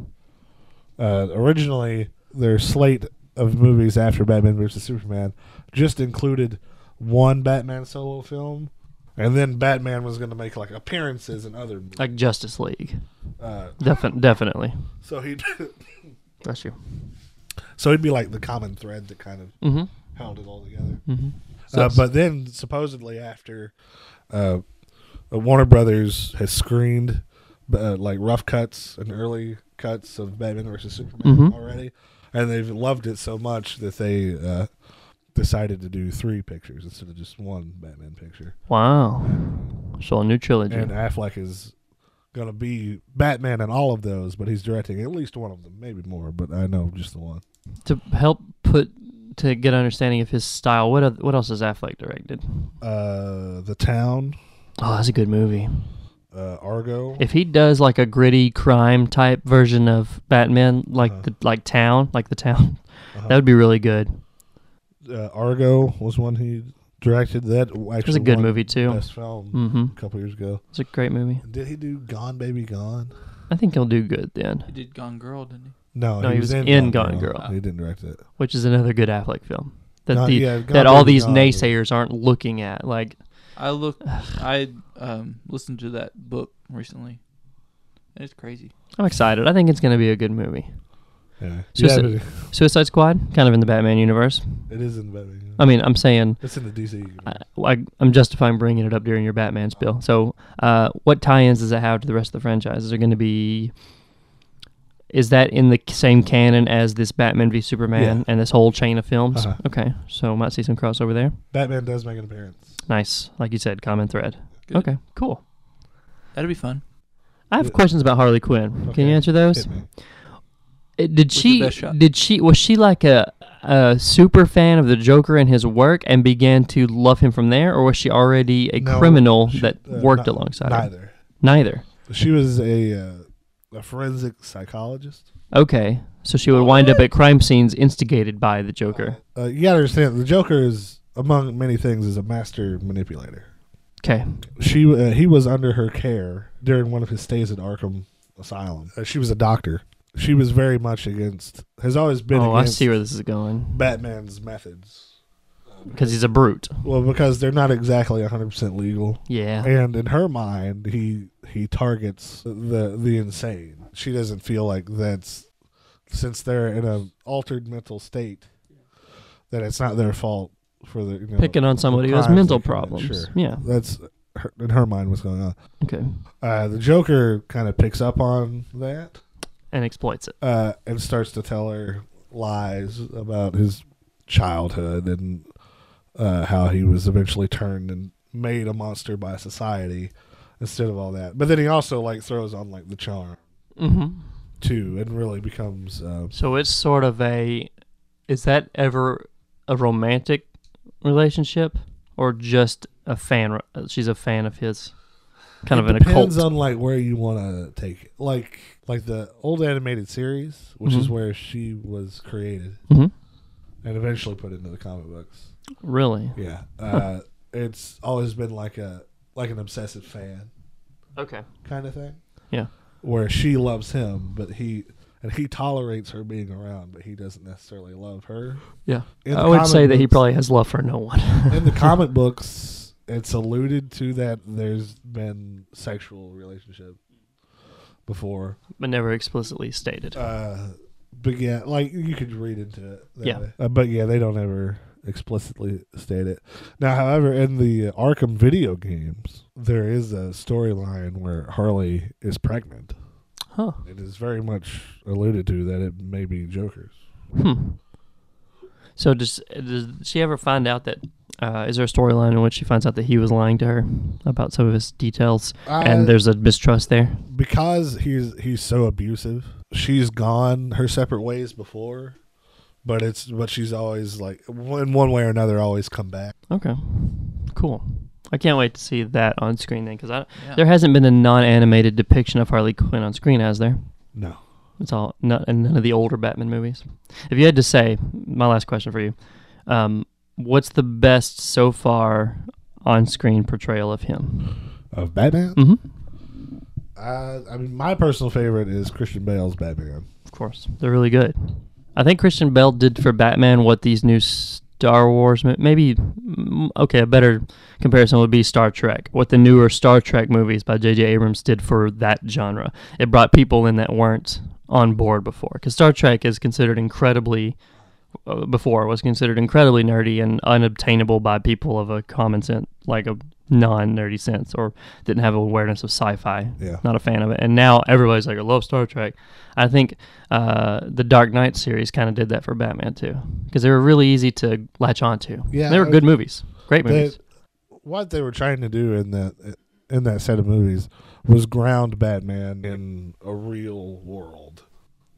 Speaker 4: Uh, originally, their slate of movies after Batman vs Superman just included one Batman solo film, and then Batman was going to make like appearances in other. Movies.
Speaker 1: Like Justice League.
Speaker 4: uh,
Speaker 1: Defin- definitely.
Speaker 4: so he'd
Speaker 1: Bless you.
Speaker 4: so he'd be like the common thread that kind of
Speaker 1: Mm-hmm.
Speaker 4: held it all together.
Speaker 1: Mm-hmm.
Speaker 4: Uh, but then, supposedly after uh, uh, Warner Brothers has screened uh, like rough cuts and early cuts of Batman versus Superman
Speaker 1: Mhm.
Speaker 4: already, and they've loved it so much that they uh, decided to do three pictures instead of just one Batman picture.
Speaker 1: Wow. So a new trilogy.
Speaker 4: And uh, Affleck is gonna be Batman in all of those, but he's directing at least one of them, maybe more, but I know just the one.
Speaker 1: to help put to get an understanding of his style, what oth- what else has Affleck directed?
Speaker 4: Uh, the Town,
Speaker 1: Oh, that's a good movie.
Speaker 4: uh, Argo.
Speaker 1: If he does like a gritty crime type version of Batman, like
Speaker 4: Uh-huh.
Speaker 1: the like town, like the town,
Speaker 4: Uh-huh.
Speaker 1: that would be really good.
Speaker 4: uh, Argo was one he directed. That actually
Speaker 1: It was a good
Speaker 4: won
Speaker 1: movie too.
Speaker 4: Best film
Speaker 1: Mm-hmm.
Speaker 4: a couple years ago.
Speaker 1: It's a great movie.
Speaker 4: Did he do Gone Baby Gone?
Speaker 1: I think he'll do good then,
Speaker 3: He did Gone Girl, didn't he?
Speaker 4: No,
Speaker 1: No, he was in Gone Girl.
Speaker 4: He didn't direct it.
Speaker 1: which is another good Affleck film that
Speaker 4: Gone-
Speaker 1: the
Speaker 4: yeah, Gone
Speaker 1: that all
Speaker 4: Baby
Speaker 1: these
Speaker 4: Gone was-
Speaker 1: naysayers aren't looking at. Like,
Speaker 3: I looked. I um listened to that book recently, and it's crazy.
Speaker 1: I'm excited. I think it's gonna be a good movie.
Speaker 4: Yeah,
Speaker 1: So
Speaker 4: yeah
Speaker 1: is
Speaker 4: but it,
Speaker 1: Suicide Squad, kind of in the Batman universe.
Speaker 4: it is in Batman. yeah.
Speaker 1: I mean, I'm saying
Speaker 4: it's in the DC. universe.
Speaker 1: I, I, I'm justifying bringing it up during your Batman spill. So, uh, what tie-ins does it have to the rest of the franchise? Is it going to be? Is that in the same canon as this Batman v Superman
Speaker 4: Yeah.
Speaker 1: and this whole chain of films?
Speaker 4: Uh-huh.
Speaker 1: Okay, so might see some crossover there.
Speaker 4: Batman does make an appearance.
Speaker 1: Nice, like you said, common thread.
Speaker 3: Good.
Speaker 1: Okay, cool.
Speaker 3: That'd be fun.
Speaker 1: I have
Speaker 4: Yeah.
Speaker 1: questions about Harley Quinn. Can
Speaker 4: Okay,
Speaker 1: you answer those?
Speaker 4: Hit me.
Speaker 1: Uh, Did
Speaker 3: your
Speaker 1: she?
Speaker 3: best shot?
Speaker 1: Did she? Was she like a, a super fan of the Joker and his work and began to love him from there, or was she already a
Speaker 4: No,
Speaker 1: criminal
Speaker 4: she-
Speaker 1: that
Speaker 4: uh,
Speaker 1: worked
Speaker 4: ni-
Speaker 1: alongside him?
Speaker 4: Neither.
Speaker 1: Neither.
Speaker 4: She was a uh, a forensic psychologist.
Speaker 1: Okay, so she would wind up at crime scenes instigated by the Joker.
Speaker 4: Uh, you gotta understand, the Joker is among many things is a master manipulator.
Speaker 1: Okay,
Speaker 4: she uh, he was under her care during one of his stays at Arkham Asylum. Uh, she was a doctor. She was very much against. Has always been.
Speaker 1: oh, I
Speaker 4: against
Speaker 1: see where this is going
Speaker 4: Batman's methods.
Speaker 1: because he's a brute.
Speaker 4: Well, because they're not exactly 100% legal,
Speaker 1: Yeah,
Speaker 4: and in her mind, he he targets the the insane. She doesn't feel like that's since they're in an altered mental state that it's not their fault for the you know,
Speaker 1: picking on somebody who has
Speaker 4: crimes
Speaker 1: mental
Speaker 4: they commit,
Speaker 1: problems.
Speaker 4: sure.
Speaker 1: Yeah.
Speaker 4: That's her, in her mind what's going on.
Speaker 1: Okay,
Speaker 4: Uh, the Joker kind of picks up on that
Speaker 1: and exploits it.
Speaker 4: uh, and starts to tell her lies about his childhood and uh, how he was eventually turned and made a monster by society instead of all that. But then he also like throws on like the charm
Speaker 1: Mm-hmm.
Speaker 4: too and really becomes uh,
Speaker 1: So it's sort of a. Is that ever a romantic relationship or just a fan? uh, She's a fan of his, kind of
Speaker 4: it
Speaker 1: an occult.
Speaker 4: depends on like where you want to take it. Like like the old animated series, which is
Speaker 1: Mhm.
Speaker 4: where she was created
Speaker 1: Mhm.
Speaker 4: and eventually put into the comic books.
Speaker 1: Really?
Speaker 4: Yeah. Uh, it's always been like a like an obsessive fan
Speaker 1: Okay.
Speaker 4: kind of thing.
Speaker 1: Yeah.
Speaker 4: Where she loves him, but he and he tolerates her being around, but he doesn't necessarily love her.
Speaker 1: Yeah.
Speaker 4: In the
Speaker 1: I would
Speaker 4: comic
Speaker 1: say that he
Speaker 4: books-
Speaker 1: probably has love for no one.
Speaker 4: in the comic books, it's alluded to that there's been sexual relationship before.
Speaker 1: but never explicitly stated.
Speaker 4: Uh, but yeah, like you could read into it. that
Speaker 1: Yeah.
Speaker 4: way. Uh, but yeah, they don't ever explicitly state it. Now, however, in the Arkham video games, there is a storyline where Harley is pregnant.
Speaker 1: Huh.
Speaker 4: It is very much alluded to that it may be Joker's.
Speaker 1: Hmm. So does does she ever find out that? Uh, is there a storyline in which she finds out that he was lying to her about some of his details,
Speaker 4: Uh,
Speaker 1: and there's a mistrust there?
Speaker 4: because he's he's so abusive. She's gone her separate ways before, but it's but she's always like in one way or another always come back.
Speaker 1: Okay. Cool. I can't wait to see that on screen then, because
Speaker 3: Yeah.
Speaker 1: there hasn't been a non-animated depiction of Harley Quinn on screen, has there?
Speaker 4: No,
Speaker 1: It's all not in none of the older Batman movies. If you had to say, my last question for you, um, what's the best so far on-screen portrayal of him?
Speaker 4: of Batman.
Speaker 1: Mm-hmm.
Speaker 4: Uh, I mean, my personal favorite is Christian Bale's Batman.
Speaker 1: Of course, they're really good. I think Christian Bale did for Batman what these new Star Wars, mo- maybe mm, okay, a better comparison would be Star Trek. What the newer Star Trek movies by J.J. Abrams did for that genre, it brought people in that weren't on board before. Because Star Trek is considered incredibly uh, before was considered incredibly nerdy and unobtainable by people of a common sense, like a non-nerdy sense, or didn't have awareness of sci-fi.
Speaker 4: Yeah.
Speaker 1: Not a fan of it. And now everybody's like, I love Star Trek. I think uh, the Dark Knight series kind of did that for Batman too, because they were really easy to latch onto.
Speaker 4: Yeah,
Speaker 1: they were
Speaker 4: I-
Speaker 1: good movies, great movies.
Speaker 4: what they were trying to do in that in that set of movies was ground Batman in a real world,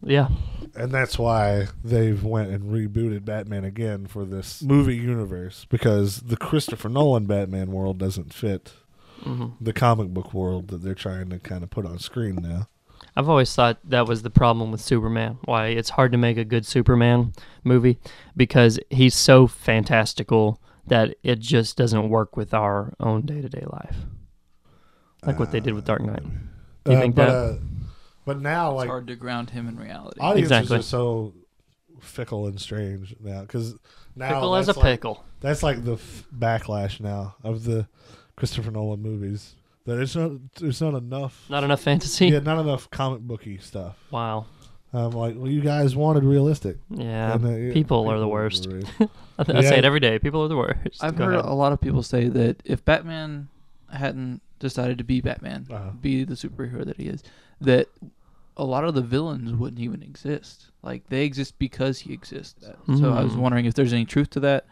Speaker 1: yeah,
Speaker 4: and that's why they've went and rebooted Batman again for this movie universe because the Christopher Nolan Batman world doesn't fit
Speaker 1: Mm-hmm.
Speaker 4: the comic book world that they're trying to kind of put on screen now.
Speaker 1: I've always thought that was the problem with Superman. Why it's hard to make a good Superman movie because he's so fantastical that it just doesn't work with our own day to day life. Like what they did with Dark Knight. Do you
Speaker 4: Uh,
Speaker 1: think
Speaker 4: but,
Speaker 1: that?
Speaker 4: uh, but now,
Speaker 3: it's
Speaker 4: like
Speaker 3: hard to ground him in reality.
Speaker 4: audiences
Speaker 1: Exactly.
Speaker 4: are so fickle and strange now because now
Speaker 1: pickle as a
Speaker 4: that's like-
Speaker 1: pickle.
Speaker 4: That's like the f- backlash now of the Christopher Nolan movies. That it's not it's not enough.
Speaker 1: Not enough fantasy.
Speaker 4: Yeah, not enough comic booky stuff.
Speaker 1: Wow.
Speaker 4: I'm like, well, you guys wanted realistic.
Speaker 1: Yeah.
Speaker 4: And, uh, yeah,
Speaker 1: people are the
Speaker 4: were
Speaker 1: worst.
Speaker 4: rude.
Speaker 1: I, th- I say
Speaker 4: Yeah.
Speaker 1: it every day. People are the worst.
Speaker 3: I've
Speaker 1: Go
Speaker 3: heard
Speaker 1: ahead.
Speaker 3: a lot of people say that if Batman hadn't decided to be Batman,
Speaker 4: Uh-huh.
Speaker 3: be the superhero that he is, that a lot of the villains wouldn't even exist. Like they exist because he exists. So I was
Speaker 1: Mm.
Speaker 3: wondering if there's any truth to that,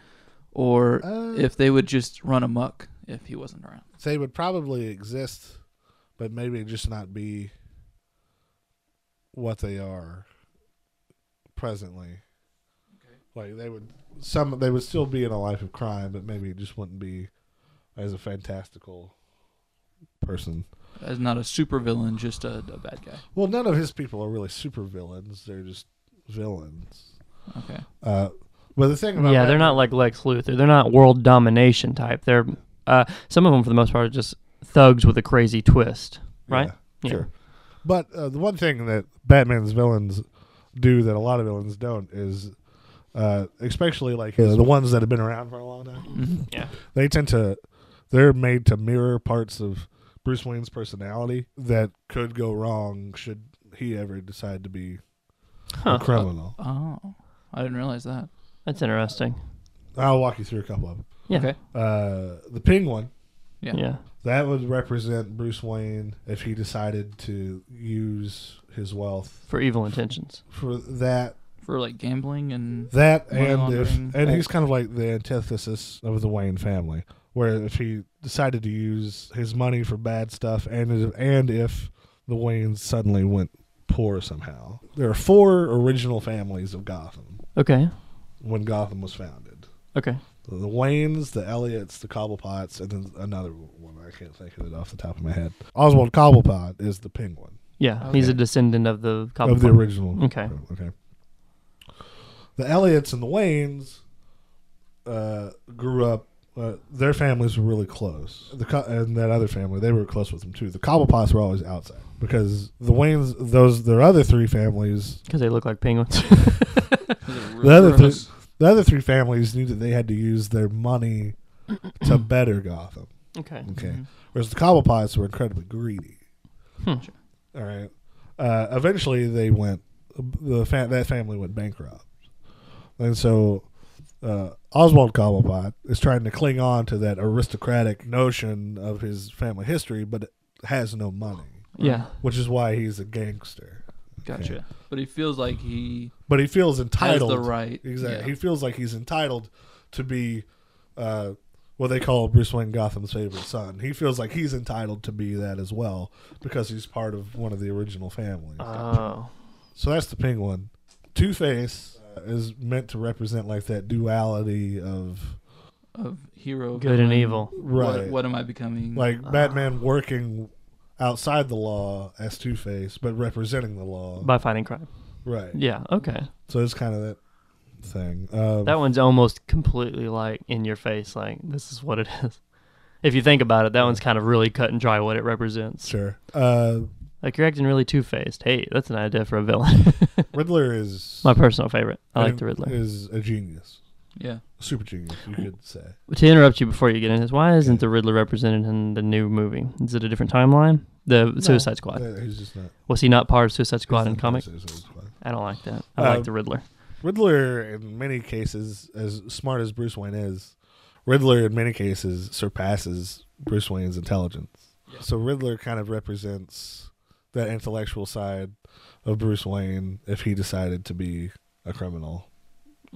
Speaker 3: or
Speaker 4: Uh,
Speaker 3: if they would just run amok if he wasn't around.
Speaker 4: they would probably exist, but maybe just not be what they are presently. Like they would some they would still be in a life of crime, but maybe it just wouldn't be as a fantastical person.
Speaker 3: As not a supervillain, just a, a bad guy.
Speaker 4: Well, none of his people are really super villains. They're just villains.
Speaker 3: Okay.
Speaker 4: Uh, but the thing about
Speaker 1: yeah, they're not like Lex Luthor. They're not world domination type. They're uh, some of them for the most part are just thugs with a crazy twist, right? Yeah.
Speaker 4: Sure. But uh, the one thing that Batman's villains do that a lot of villains don't is, uh, especially like uh, the ones that have been around for a long time,
Speaker 1: Yeah.
Speaker 4: they tend to they're made to mirror parts of Bruce Wayne's personality that could go wrong should he ever decide to be
Speaker 1: Huh.
Speaker 4: a criminal.
Speaker 3: Oh, I didn't realize that.
Speaker 1: That's interesting.
Speaker 4: I'll walk you through a couple of them.
Speaker 1: Yeah.
Speaker 3: Okay.
Speaker 4: Uh, the Penguin
Speaker 1: Yeah.
Speaker 3: Yeah.
Speaker 4: That would represent Bruce Wayne if he decided to use his wealth
Speaker 1: For evil intentions.
Speaker 4: for that.
Speaker 3: For like gambling and
Speaker 4: That
Speaker 3: Money
Speaker 4: and if
Speaker 3: laundering.
Speaker 4: and he's kind of like the antithesis of the Wayne family, where if he decided to use his money for bad stuff, and if, and if the Waynes suddenly went poor somehow, there are four original families of Gotham
Speaker 1: Okay.
Speaker 4: when Gotham was founded:
Speaker 1: Okay.
Speaker 4: the Waynes, the Elliots, the Cobblepots, and then another one I can't think of it off the top of my head. Oswald Cobblepot is the Penguin.
Speaker 1: Yeah. He's a
Speaker 3: Okay.
Speaker 1: descendant of the Cobblepot.
Speaker 4: of the original.
Speaker 1: Okay.
Speaker 4: Okay. The Elliots and the Waynes uh, grew up. Uh, their families were really close. The co- and that other family, they were close with them too. The Cobblepots were always outside because the Waynes, those their other three families,
Speaker 1: Because they look like penguins.
Speaker 4: the other three, the other three families knew that they had to use their money to better Gotham.
Speaker 1: okay.
Speaker 4: Okay. Whereas the Cobblepots were incredibly greedy.
Speaker 1: Hmm.
Speaker 4: All right. Uh, eventually, they went. The fa- that family went bankrupt, and so uh, Oswald Cobblepot is trying to cling on to that aristocratic notion of his family history, but has no money,
Speaker 1: Yeah.
Speaker 4: which is why he's a gangster.
Speaker 3: Mm-hmm. Gotcha. But he feels like he
Speaker 4: But he feels
Speaker 3: has
Speaker 4: entitled.
Speaker 3: the right.
Speaker 4: Exactly.
Speaker 3: yeah.
Speaker 4: He feels like he's entitled to be uh, what they call Bruce Wayne Gotham's favorite son. He feels like he's entitled to be that as well because he's
Speaker 3: Ah.
Speaker 4: part of one of the original families.
Speaker 1: Oh.
Speaker 4: so that's the penguin. Two Face uh, is meant to represent like that duality of
Speaker 3: of hero
Speaker 1: Good and
Speaker 3: villain,
Speaker 1: evil.
Speaker 4: right,
Speaker 3: What, what am I becoming?
Speaker 4: like Batman working outside the law as Two Face, but representing the law,
Speaker 1: by fighting crime.
Speaker 4: right?
Speaker 1: Yeah, okay.
Speaker 4: So it's kind of that thing. Um,
Speaker 1: That one's almost completely like in your face, like this is what it is. If you think about it, that one's kind of really cut and dry what it represents.
Speaker 4: sure. Uh,
Speaker 1: Like you're acting really two faced. Hey, that's an idea for a villain.
Speaker 4: Riddler is
Speaker 1: My personal favorite. I like the Riddler.
Speaker 4: Is a genius,
Speaker 3: yeah,
Speaker 4: super genius, you could say.
Speaker 1: To interrupt you before you get into this, why isn't
Speaker 4: Okay.
Speaker 1: the Riddler represented in the new movie? Is it a different timeline? The Suicide Squad.
Speaker 4: Uh, he's just not.
Speaker 1: Was he not part of Suicide Squad
Speaker 4: he's
Speaker 1: in
Speaker 4: not
Speaker 1: comic?
Speaker 4: Suicide Squad.
Speaker 1: I don't like that. I
Speaker 4: Uh,
Speaker 1: like the Riddler.
Speaker 4: Riddler, in many cases, as smart as Bruce Wayne is, Riddler in many cases surpasses Bruce Wayne's intelligence. So Riddler kind of represents that intellectual side of Bruce Wayne if he decided to be a criminal.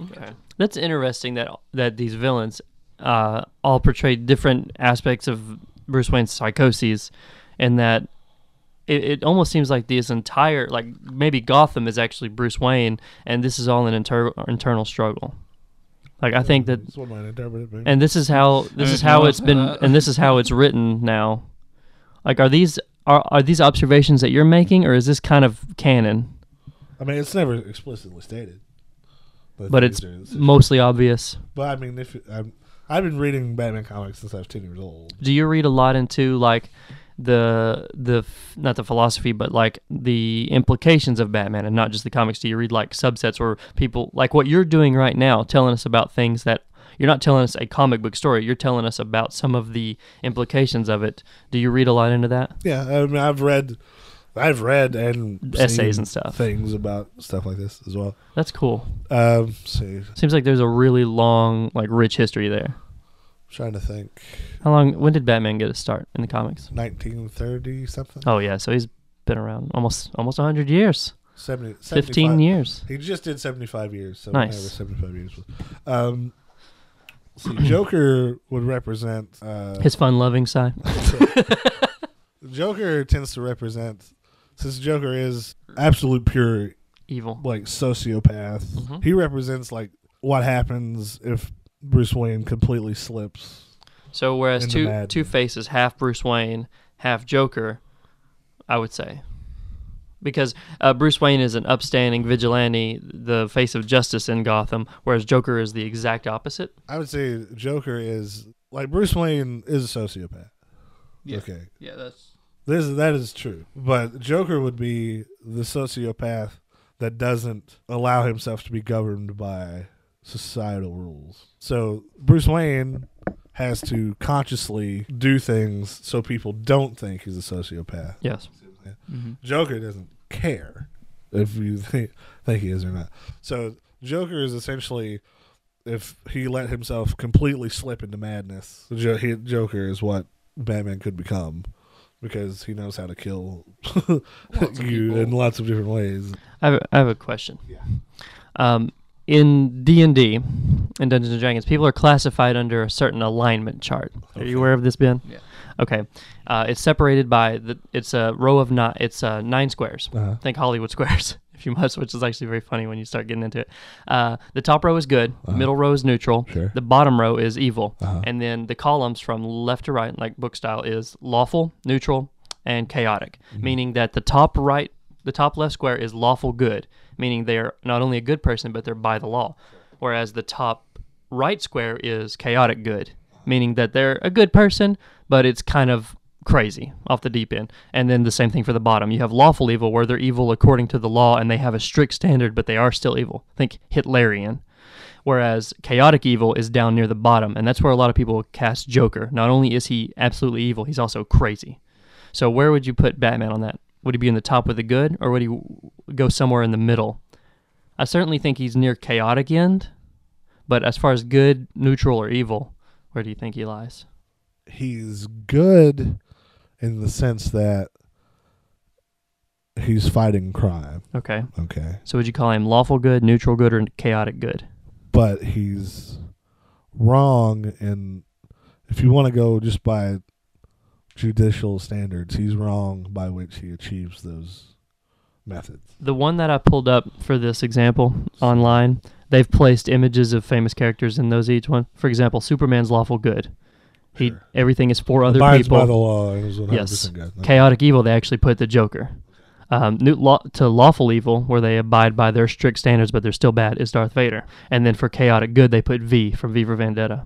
Speaker 1: Okay. That's interesting that that these villains uh, all portray different aspects of Bruce Wayne's psychoses, and that it, it almost seems like this entire like maybe Gotham is actually Bruce Wayne, and this is all an inter- internal struggle. Like I think that,
Speaker 4: That's what might interpret it. being.
Speaker 1: and this is how this
Speaker 3: mean,
Speaker 1: is
Speaker 3: if you
Speaker 1: how
Speaker 3: want
Speaker 1: it's been,
Speaker 3: that-
Speaker 1: and this is how it's written now. Like, are these are are these observations that you're making, or is this kind of canon?
Speaker 4: I mean, it's never explicitly stated.
Speaker 1: But it's
Speaker 4: these are the-
Speaker 1: mostly obvious.
Speaker 4: But I mean, if I'm, I've been reading Batman comics since I was ten years old.
Speaker 1: do you read a lot into like the the f- not the philosophy but like the implications of batman and not just the comics do you read like subsets or people like what you're doing right now telling us about things that you're not telling us a comic book story you're telling us about some of the implications of it do you read a lot into that
Speaker 4: Yeah, I mean, I've read, I've read and
Speaker 1: Essays
Speaker 4: seen
Speaker 1: and stuff.
Speaker 4: things about stuff like this as well.
Speaker 1: that's cool
Speaker 4: Um, let's see, I'm
Speaker 1: seems like there's a really long like rich history there
Speaker 4: trying to think,
Speaker 1: how long when did batman get a start in the comics
Speaker 4: 1930 something,
Speaker 1: oh yeah so he's been around almost almost 100 years
Speaker 4: 70,
Speaker 1: 15
Speaker 4: 75
Speaker 1: years
Speaker 4: He just did 75 years, so
Speaker 1: Nice.
Speaker 4: whatever 75 years was. Um, see, Joker would represent uh,
Speaker 1: his fun loving side
Speaker 4: Joker tends to represent since Joker is absolute pure
Speaker 1: evil
Speaker 4: like sociopath.
Speaker 1: Mhm.
Speaker 4: He represents like what happens if Bruce Wayne completely slips.
Speaker 1: So whereas
Speaker 4: in the
Speaker 1: two
Speaker 4: Mad
Speaker 1: Two
Speaker 4: Men.
Speaker 1: Face is half Bruce Wayne, half Joker, I would say, because uh, Bruce Wayne is an upstanding vigilante, the face of justice in Gotham, whereas Joker is the exact opposite.
Speaker 4: I would say Joker is like Bruce Wayne is a sociopath.
Speaker 3: yeah,
Speaker 4: Okay.
Speaker 3: yeah. That's
Speaker 4: This that is true. But Joker would be the sociopath that doesn't allow himself to be governed by societal rules. So Bruce Wayne has to consciously do things so people don't think he's a sociopath.
Speaker 1: Yes.
Speaker 3: mhm.
Speaker 4: Joker doesn't care if you think, think he is or not. So Joker is essentially if he let himself completely slip into madness, jo- he, Joker is what Batman could become because he knows how to kill you
Speaker 3: people.
Speaker 4: in lots of different ways.
Speaker 1: I have a, I have a question. Um, in D and D, in Dungeons and Dragons, people are classified under a certain alignment chart. Are you aware of this, Ben?
Speaker 3: Yeah.
Speaker 1: Okay. Uh, it's separated by the. It's a row of nine. It's uh, nine squares.
Speaker 4: Uh-huh.
Speaker 1: Think Hollywood squares, if you must, which is actually very funny when you start getting into it. Uh, the top row is good. Middle row is neutral.
Speaker 4: Uh-huh. Sure. Uh-huh.
Speaker 1: The bottom row is evil, and then the columns from left to right, like book style, is lawful, neutral, and chaotic.
Speaker 4: Mm-hmm.
Speaker 1: Meaning that the top right, the top left square is lawful good, meaning they are not only a good person but they're by the law. Whereas the top right square is chaotic good, meaning that they're a good person, but it's kind of crazy off the deep end. And then the same thing for the bottom. You have lawful evil, where they're evil according to the law and they have a strict standard, but they are still evil. Think Hitlerian. Whereas chaotic evil is down near the bottom, and that's where a lot of people cast Joker. Not only is he absolutely evil, he's also crazy. So where would you put Batman on that? Would he be in the top with the good, or would he w- go somewhere in the middle? I certainly think he's near chaotic end, but as far as good, neutral, or evil, where do you think he lies?
Speaker 4: He's good in the sense that he's fighting crime.
Speaker 1: Okay.
Speaker 4: Okay.
Speaker 1: So would you call him lawful good, neutral good, or chaotic good?
Speaker 4: but he's wrong and if you want to go just by judicial standards he's wrong by which he achieves those methods.
Speaker 1: the one that I pulled up for this example online, they've placed images of famous characters in those each one. For example, Superman's lawful good. He
Speaker 4: Sure.
Speaker 1: everything is for other
Speaker 4: Abides
Speaker 1: people.
Speaker 4: by the law is 100%
Speaker 1: Yes.
Speaker 4: good.
Speaker 1: Chaotic evil, they actually put the Joker. Um, new law, to lawful evil, where they abide by their strict standards, but they're still bad, is Darth Vader. And then for chaotic good, they put V from V for Vendetta.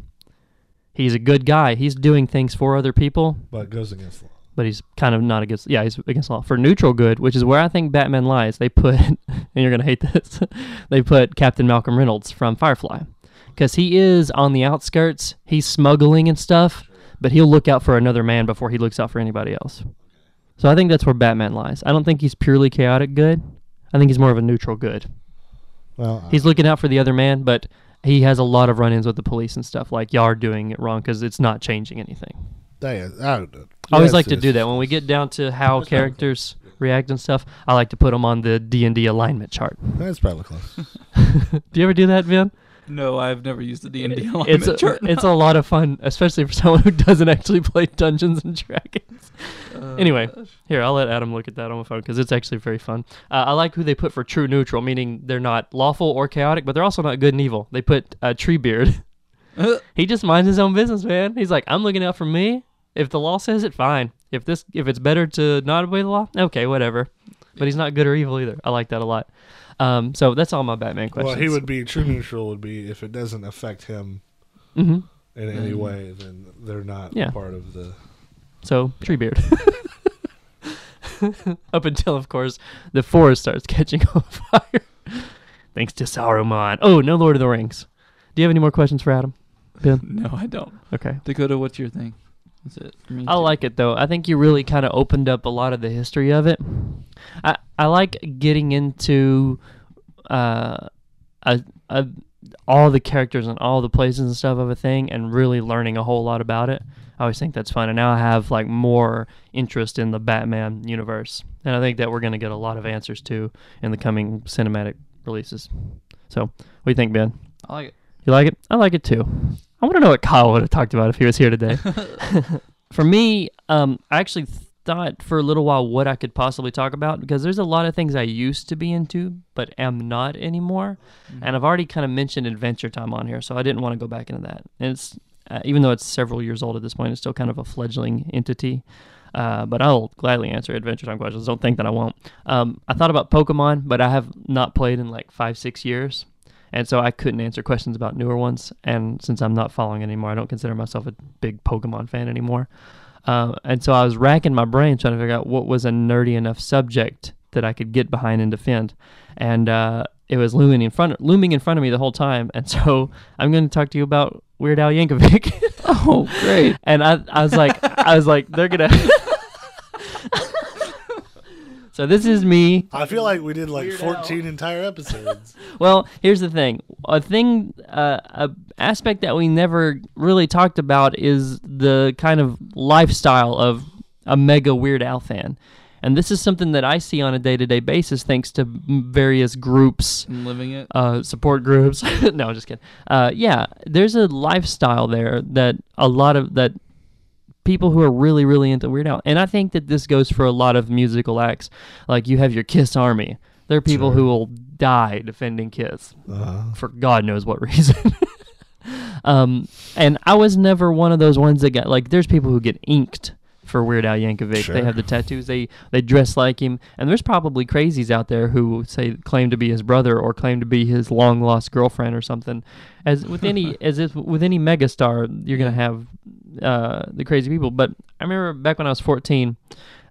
Speaker 1: He's a good guy. He's doing things for other people,
Speaker 4: But it goes against the law.
Speaker 1: but he's kind of not against. Yeah, he's against law. For neutral good, which is where I think Batman lies, they put, and you're gonna hate this, they put Captain Malcolm Reynolds from Firefly, because he is on the outskirts. He's smuggling and stuff, but he'll look out for another man before he looks out for anybody else. So I think that's where Batman lies. I don't think he's purely chaotic good. I think he's more of a neutral good.
Speaker 4: Well, I-
Speaker 1: He's looking out for the other man, but he has a lot of run-ins with the police and stuff. Like y'all are doing it wrong because it's not changing anything.
Speaker 4: That is, I don't know.
Speaker 1: I always
Speaker 4: Yes,
Speaker 1: like to
Speaker 4: it
Speaker 1: do
Speaker 4: is.
Speaker 1: that when we get down to how characters react and stuff. I like to put them on the D and D alignment chart.
Speaker 4: That's probably close.
Speaker 1: Do you ever do that, Vin?
Speaker 3: No, I've never used the D and D alignment
Speaker 1: It's a,
Speaker 3: chart.
Speaker 1: it's a lot of fun, especially for someone who doesn't actually play Dungeons and Dragons.
Speaker 3: Uh,
Speaker 4: Oh,
Speaker 1: anyway, here I'll let Adam look at that on my phone because it's actually very fun. Uh, I like who they put for true neutral, meaning they're not lawful or chaotic, but they're also not good and evil. They put uh, Treebeard.
Speaker 4: Uh.
Speaker 1: he just minds his own business, man. He's like, I'm looking out for me. If the law says it, fine. If this, if it's better to not obey the law, okay, whatever. But he's not good or evil either. I like that a lot. Um, so that's all my Batman questions.
Speaker 4: Well, he would be true neutral would be if it doesn't affect him
Speaker 1: hmm
Speaker 4: in any way, then they're not
Speaker 1: Yeah.
Speaker 4: part of the.
Speaker 1: So Treebeard. Up until, of course, the forest starts catching on fire. Thanks to Sauron. Oh, no Lord of the Rings. Do you have any more questions for Adam?
Speaker 3: no, I don't.
Speaker 1: Okay.
Speaker 3: Dakota, what's your thing? That's it. For me
Speaker 1: I
Speaker 3: too.
Speaker 1: like it though. I think you really kind of opened up a lot of the history of it. I I like getting into uh a, a all the characters and all the places and stuff of a thing and really learning a whole lot about it. I always think that's fun and now I have like more interest in the Batman universe. And I think that we're going to get a lot of answers to in the coming cinematic releases. So, what do you think, Ben?
Speaker 3: I like it.
Speaker 1: You like it? I like it too. I want to know what Kyle would have talked about if he was here today. for me, um, I actually thought for a little while what I could possibly talk about because there's a lot of things I used to be into but am not anymore. And I've already kind of mentioned Adventure Time on here, so I didn't want to go back into that. And it's uh, even though it's several years old at this point, it's still kind of a fledgling entity. Uh, but I'll gladly answer Adventure Time questions. Don't think that I won't. Um, I thought about Pokemon, but I have not played in like five, six years. And so I couldn't answer questions about newer ones. And since I'm not following anymore, I don't consider myself a big Pokemon fan anymore. Uh, and so I was racking my brain trying to figure out what was a nerdy enough subject that I could get behind and defend. And uh, it was looming in front looming in front of me the whole time. And so I'm going to talk to you about Weird Al Yankovic.
Speaker 3: Oh, great.
Speaker 1: and I, I was like, I was like, they're gonna. so this is me
Speaker 4: I feel like we did like 14 entire episodes.
Speaker 1: well, here's the thing. A thing, uh, a aspect that we never really talked about is the kind of lifestyle of a mega Weird Al fan, and this is something that I see on a day-to-day basis thanks to m- various groups
Speaker 3: I'm living it.
Speaker 1: uh, support groups. no, I'm just kidding. Uh, yeah, there's a lifestyle there that a lot of that people who are really really into Weird Al, and I think that this goes for a lot of musical acts. Like you have your Kiss Army. There are people who will die defending Kiss
Speaker 4: Uh,
Speaker 1: for God knows what reason. um, and I was never one of those ones that got like. There's people who get inked for Weird Al Yankovic. They
Speaker 4: Sure.
Speaker 1: have the tattoos. They they dress like him. And there's probably crazies out there who say claim to be his brother or claim to be his long lost girlfriend or something. As with any as if with any megastar, you're gonna have uh, the crazy people. But I remember back when I was 14.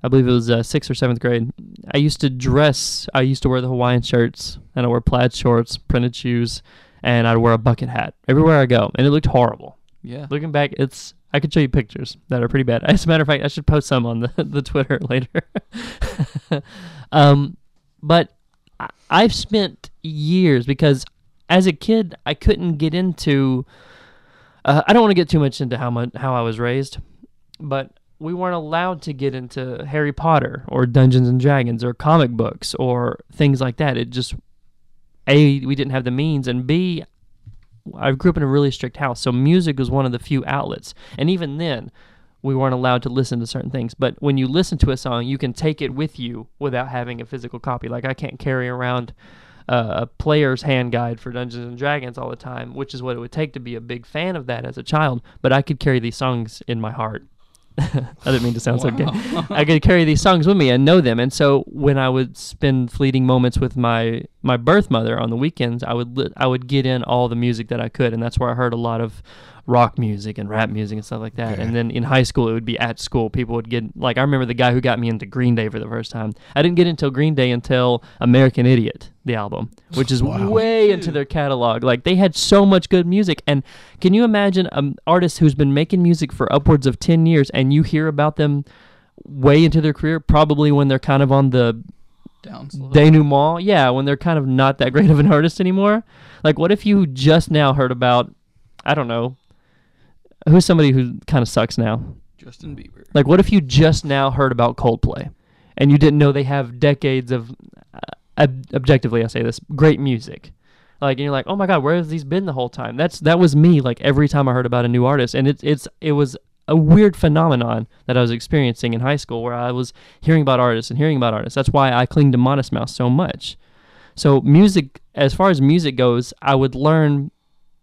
Speaker 1: I believe it was uh, sixth or seventh grade. I used to dress. I used to wear the Hawaiian shirts, and I wore plaid shorts, printed shoes, and I'd wear a bucket hat everywhere I go, and it looked horrible.
Speaker 3: yeah.
Speaker 1: Looking back, it's I could show you pictures that are pretty bad. As a matter of fact, I should post some on the the Twitter later. um, but I, I've spent years because as a kid I couldn't get into. Uh, I don't want to get too much into how much how I was raised, but we weren't allowed to get into Harry Potter or Dungeons and Dragons or comic books or things like that. It just a we didn't have the means and b I grew up in a really strict house, so music was one of the few outlets. And even then, we weren't allowed to listen to certain things. But when you listen to a song, you can take it with you without having a physical copy. Like I can't carry around uh, a player's hand guide for Dungeons and Dragons all the time, which is what it would take to be a big fan of that as a child. But I could carry these songs in my heart. I didn't mean to sound so gay. I could carry these songs with me and know them. And so when I would spend fleeting moments with my my birth mother on the weekends, I would li- I would get in all the music that I could, and that's where I heard a lot of rock music and rap music and stuff like that. And then in high school, it would be at school. People would get like I remember the guy who got me into Green Day for the first time. I didn't get into Green Day until American Idiot, the album, which is way into their catalog. Like they had so much good music. And can you imagine an artist who's been making music for upwards of ten years, and you hear about them way into their career, probably when they're kind of on the
Speaker 3: Down slow.
Speaker 1: denouement. Yeah, when they're kind of not that great of an artist anymore. Like, what if you just now heard about, I don't know, who's somebody who kind of sucks now?
Speaker 3: Justin Bieber.
Speaker 1: Like, what if you just now heard about Coldplay and you didn't know they have decades of, uh, ob- objectively, I say this, great music? Like, and you're like, oh my God, where have these been the whole time? That's That was me, like, every time I heard about a new artist. And it's it's, it was a weird phenomenon that I was experiencing in high school where I was hearing about artists and hearing about artists. That's why I cling to Modest Mouse so much. So, music, as far as music goes, I would learn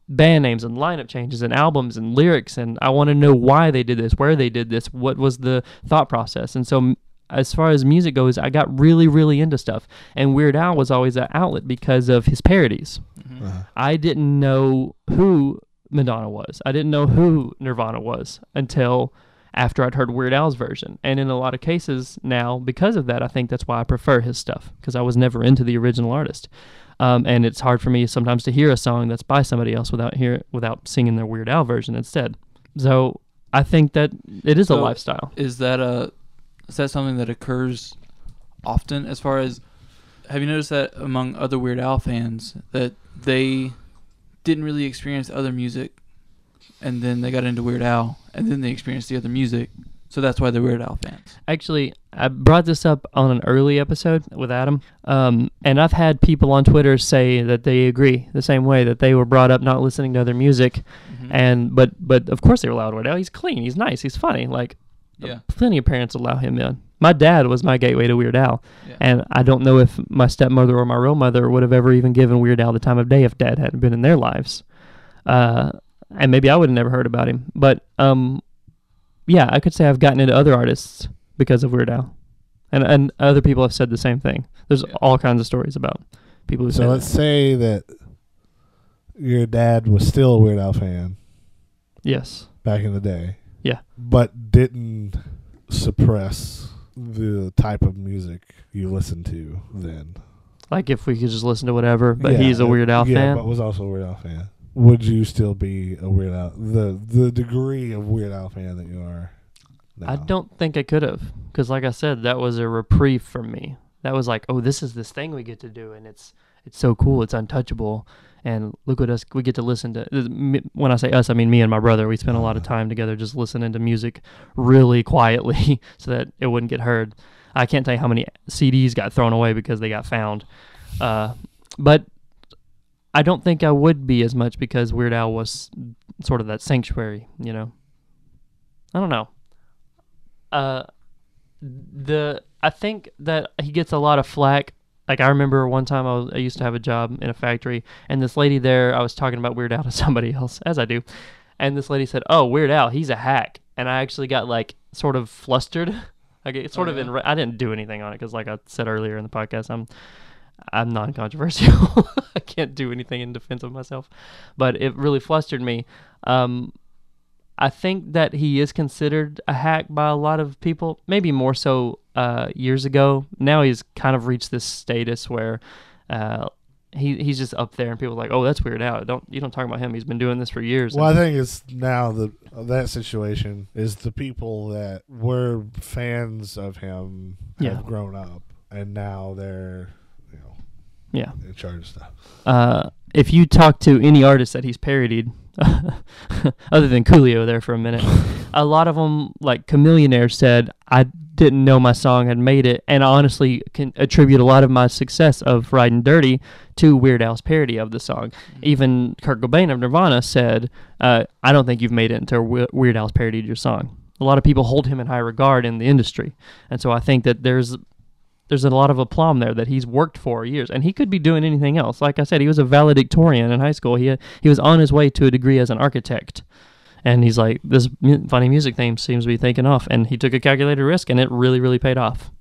Speaker 1: band names and lineup changes and albums and lyrics and I want to know why they did this, where they did this, what was the thought process. And so m- as far as music goes, I got really really into stuff. And Weird Al was always an outlet because of his parodies. I didn't know who Madonna was. I didn't know who Nirvana was until after I'd heard Weird Al's version. And in a lot of cases now, because of that, I think that's why I prefer his stuff because I was never into the original artist. Um, and it's hard for me sometimes to hear a song that's by somebody else without hear without singing their Weird Al version instead. So I think that it is a
Speaker 3: So-
Speaker 1: lifestyle.
Speaker 3: Is that a is that something that occurs often? As far as have you noticed that among other Weird Al fans that they didn't really experience other music, and then they got into Weird Al, and then they experienced the other music, so that's why they're Weird Al fans.
Speaker 1: Actually, I brought this up on an early episode with Adam, um, and I've had people on Twitter say that they agree the same way that they were brought up not listening to other music,
Speaker 3: Mm-hmm.
Speaker 1: and but but of course they were loud right now. He's clean, he's nice, he's funny. Like
Speaker 3: Yeah.
Speaker 1: plenty of parents allow him in. My dad was my gateway to Weird Al,
Speaker 3: Yeah.
Speaker 1: and I don't know if my stepmother or my real mother would have ever even given Weird Al the time of day if dad hadn't been in their lives, uh, and maybe I would have never heard about him. But um, yeah, I could say I've gotten into other artists because of Weird Al, and and other people have said the same thing. There's
Speaker 3: Yeah.
Speaker 1: all kinds of stories about people who say
Speaker 4: So let's
Speaker 1: that.
Speaker 4: say that your dad was still a Weird Al fan
Speaker 1: yes,
Speaker 4: back in the day.
Speaker 1: Yeah.
Speaker 4: But didn't suppress the type of music you listened to then.
Speaker 1: like if we could just listen to whatever, but
Speaker 4: Yeah,
Speaker 1: he's a
Speaker 4: it-
Speaker 1: Weird Al
Speaker 4: yeah,
Speaker 1: fan.
Speaker 4: but was also a Weird Al fan. Would you still be a Weird Al the the degree of Weird Al fan that you are?
Speaker 1: I
Speaker 4: now?
Speaker 1: don't think I could have, because like I said, that was a reprieve for me. That was like, oh, this is this thing we get to do, and it's it's so cool, it's untouchable, and look what us we get to listen to. Th- m- When I say us, I mean me and my brother. We spent a lot of time together just listening to music really quietly, so that it wouldn't get heard. I can't tell you how many CDs got thrown away because they got found, uh, but I don't think I would be as much because Weird Al was sort of that sanctuary, you know. I don't know uh, the I think that he gets a lot of flack. Like I remember one time I, was, I used to have a job in a factory, and this lady there, I was talking about Weird Al to somebody else, as I do, and this lady said, "Oh, Weird Al, he's a hack," and I actually got like sort of flustered. Like it's sort
Speaker 3: Oh,
Speaker 1: of
Speaker 3: yeah?
Speaker 1: in. I didn't do anything on it because, like I said earlier in the podcast, I'm I'm non-controversial. I can't do anything in defense of myself, but it really flustered me. Um, I think that he is considered a hack by a lot of people, maybe more so uh, years ago. Now he's kind of reached this status where uh, he he's just up there, and people are like, "Oh, that's weird out. Don't you don't talk about him? He's been doing this for years."
Speaker 4: Well, I
Speaker 1: And-
Speaker 4: think it's now the that situation is the people that were fans of him
Speaker 1: Yeah.
Speaker 4: have grown up, and now they're you know
Speaker 1: yeah.
Speaker 4: in charge of stuff.
Speaker 1: Uh, if you talk to any artist that he's parodied, other than Coolio there for a minute, a lot of them, like Chameleonaire said, I didn't know my song had made it, and I honestly can attribute a lot of my success of Riding Dirty to Weird Al's parody of the song. Even Kurt Cobain of Nirvana said, uh, I don't think you've made it until Wi- Weird Al's parodied your song. a lot of people hold him in high regard in the industry, and so I think that there's there's a lot of aplomb there that he's worked for years, and he could be doing anything else. Like I said, he was a valedictorian in high school. He uh, he was on his way to a degree as an architect, and he's like, this mu- funny music thing seems to be taking off, and he took a calculated risk, and it really really paid off.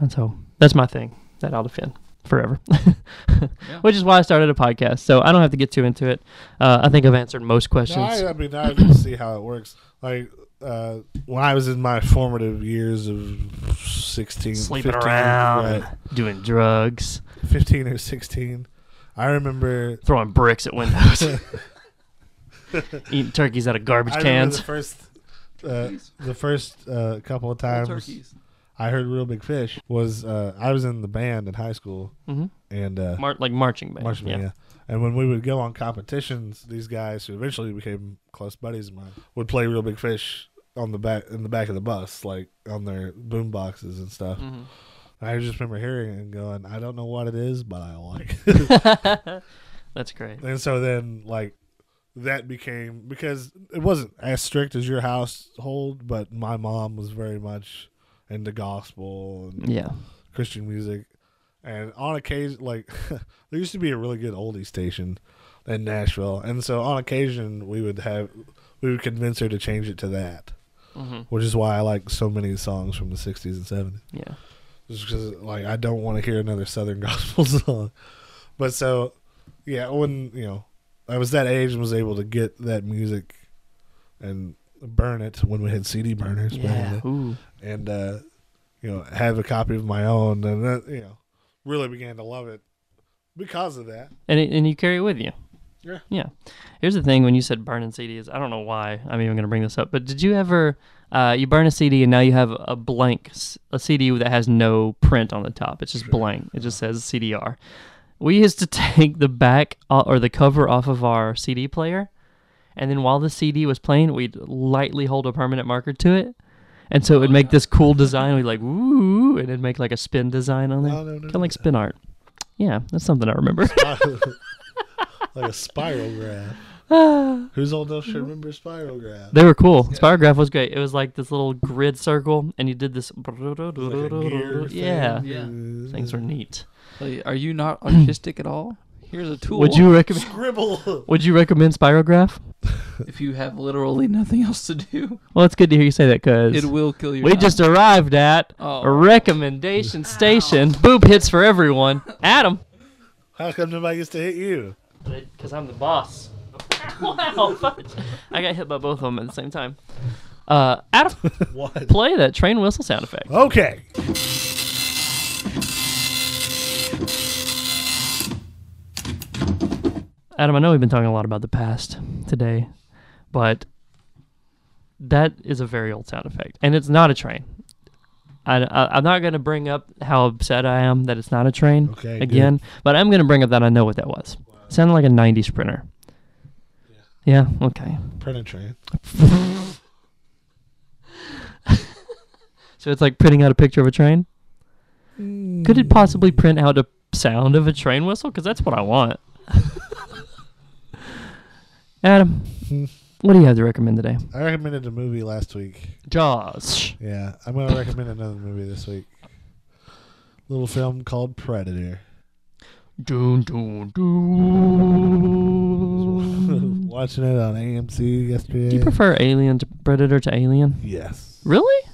Speaker 1: And so that's my thing that I'll defend forever, which is why I started a podcast. So I don't have to get too into it. Uh, I think I've answered most
Speaker 4: No,
Speaker 1: questions.
Speaker 4: I, I mean, I can see how it works. Like uh, when I was in my formative years of 16,
Speaker 1: Sleeping
Speaker 4: 15,
Speaker 1: around,
Speaker 4: right,
Speaker 1: doing drugs,
Speaker 4: 15 or 16, I remember
Speaker 1: throwing bricks at windows, eating turkeys out of garbage
Speaker 4: I remember
Speaker 1: cans.
Speaker 4: the first uh, the first uh, couple of
Speaker 3: Whole
Speaker 4: times
Speaker 3: turkeys.
Speaker 4: I heard Real Big Fish was uh, I was in the band in high school
Speaker 1: Mhm.
Speaker 4: and uh,
Speaker 1: Mar- like marching band.
Speaker 4: Marshman, yeah. And when we would go on competitions, these guys who eventually became close buddies of mine would play Real Big Fish on the back in the back of the bus, like on their boom boxes and stuff.
Speaker 1: Mhm.
Speaker 4: And I just remember hearing it and going, I don't know what it is, but I like. it."
Speaker 1: Mm-hmm. That's great.
Speaker 4: and so then like that became because it wasn't as strict as your household, but my mom was very much into gospel and
Speaker 1: Yeah.
Speaker 4: Christian music. And on occasion, like there used to be a really good oldie station in Nashville, and so on occasion we would have we would convince her to change it to that,
Speaker 1: Mhm.
Speaker 4: which is why I like so many songs from the '60s and '70s,
Speaker 1: Yeah.
Speaker 4: just because like I don't want to hear another Southern gospel song. But so, yeah, when you know I was that age and was able to get that music and burn it when we had CD burners. back in the
Speaker 1: Yeah. Ooh.
Speaker 4: and uh, you know have a copy of my own, and that, you know really began to love it because of that.
Speaker 1: and it, and you carry it with you.
Speaker 4: Yeah.
Speaker 1: Yeah. Here's the thing: when you said burning CDs, I don't know why I'm even going to bring this up, but did you ever uh, you burn a CD and now you have a blank s- a CD that has no print on the top? It's just blank. It just says CDR. We used to take the back o- or the cover off of our CD player, and then while the CD was playing, we'd lightly hold a permanent marker to it. And so it would
Speaker 4: Oh,
Speaker 1: make this cool design. We'd like, ooh, and it'd make like a spin design on there.
Speaker 4: No, no, no,
Speaker 1: kind of like spin art. Yeah, that's something I remember.
Speaker 4: like a spiral graph. Who's old enough to remember spiral graph?
Speaker 1: They were cool. Spirograph was great. It was like this little grid circle, and you did this. yeah,
Speaker 3: Yeah.
Speaker 1: things were neat.
Speaker 3: Like, are you not artistic at all? Here's a tool.
Speaker 1: Would you recommend?
Speaker 4: Scribble.
Speaker 1: Would you recommend Spirograph?
Speaker 3: If you have literally nothing else to do,
Speaker 1: Well, it's good to hear you say that because
Speaker 3: it will kill your.
Speaker 1: we
Speaker 3: time.
Speaker 1: just arrived at
Speaker 3: Oh.
Speaker 1: a recommendation station. Boop hits for everyone. Adam,
Speaker 4: How come nobody gets to hit you?
Speaker 1: because I'm the boss. wow, fudge. I got hit by both of them at the same time. Uh, Adam,
Speaker 4: What?
Speaker 1: play that train whistle sound effect.
Speaker 4: Okay.
Speaker 1: Adam, I know we've been talking a lot about the past today, but that is a very old sound effect, and it's not a train. I, am not going to bring up how upset I am that it's not a train
Speaker 4: Okay, good.
Speaker 1: again, but I'm going to bring up that I know what that was. It sounded like a '90s printer. Yeah. Okay.
Speaker 4: Print train.
Speaker 1: So it's like printing out a picture of a train. Could it possibly print out a sound of a train whistle? Because that's what I want. Adam, what do you have to recommend today?
Speaker 4: I recommended a movie last week.
Speaker 1: Jaws.
Speaker 4: Yeah, I'm gonna recommend another movie this week. Little film called Predator.
Speaker 1: Dun, dun, dun.
Speaker 4: Watching it on AMC yesterday.
Speaker 1: Do you prefer Alien to Predator to Alien?
Speaker 4: Yes.
Speaker 1: Really?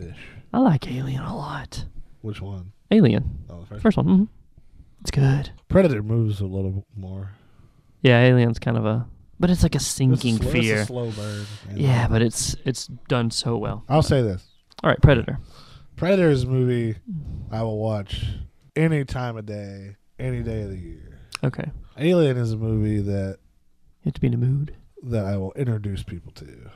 Speaker 4: Ish.
Speaker 1: I like Alien a lot.
Speaker 4: Which one?
Speaker 1: Alien,
Speaker 4: Oh, the first.
Speaker 1: first one. mhm. It's good.
Speaker 4: Predator moves a little more.
Speaker 1: Yeah, Alien's kind of a, but it's like a
Speaker 4: It's a
Speaker 1: sinking
Speaker 4: slow- it's a
Speaker 1: fear.
Speaker 4: slow burn. you know.
Speaker 1: Yeah, but it's it's done so well.
Speaker 4: I'll say this:
Speaker 1: All right, Predator.
Speaker 4: Predator's movie I will watch any time of day, any day of the year.
Speaker 1: Okay, you
Speaker 4: Alien is a movie that
Speaker 1: have to be in the mood.
Speaker 4: that I will introduce people to.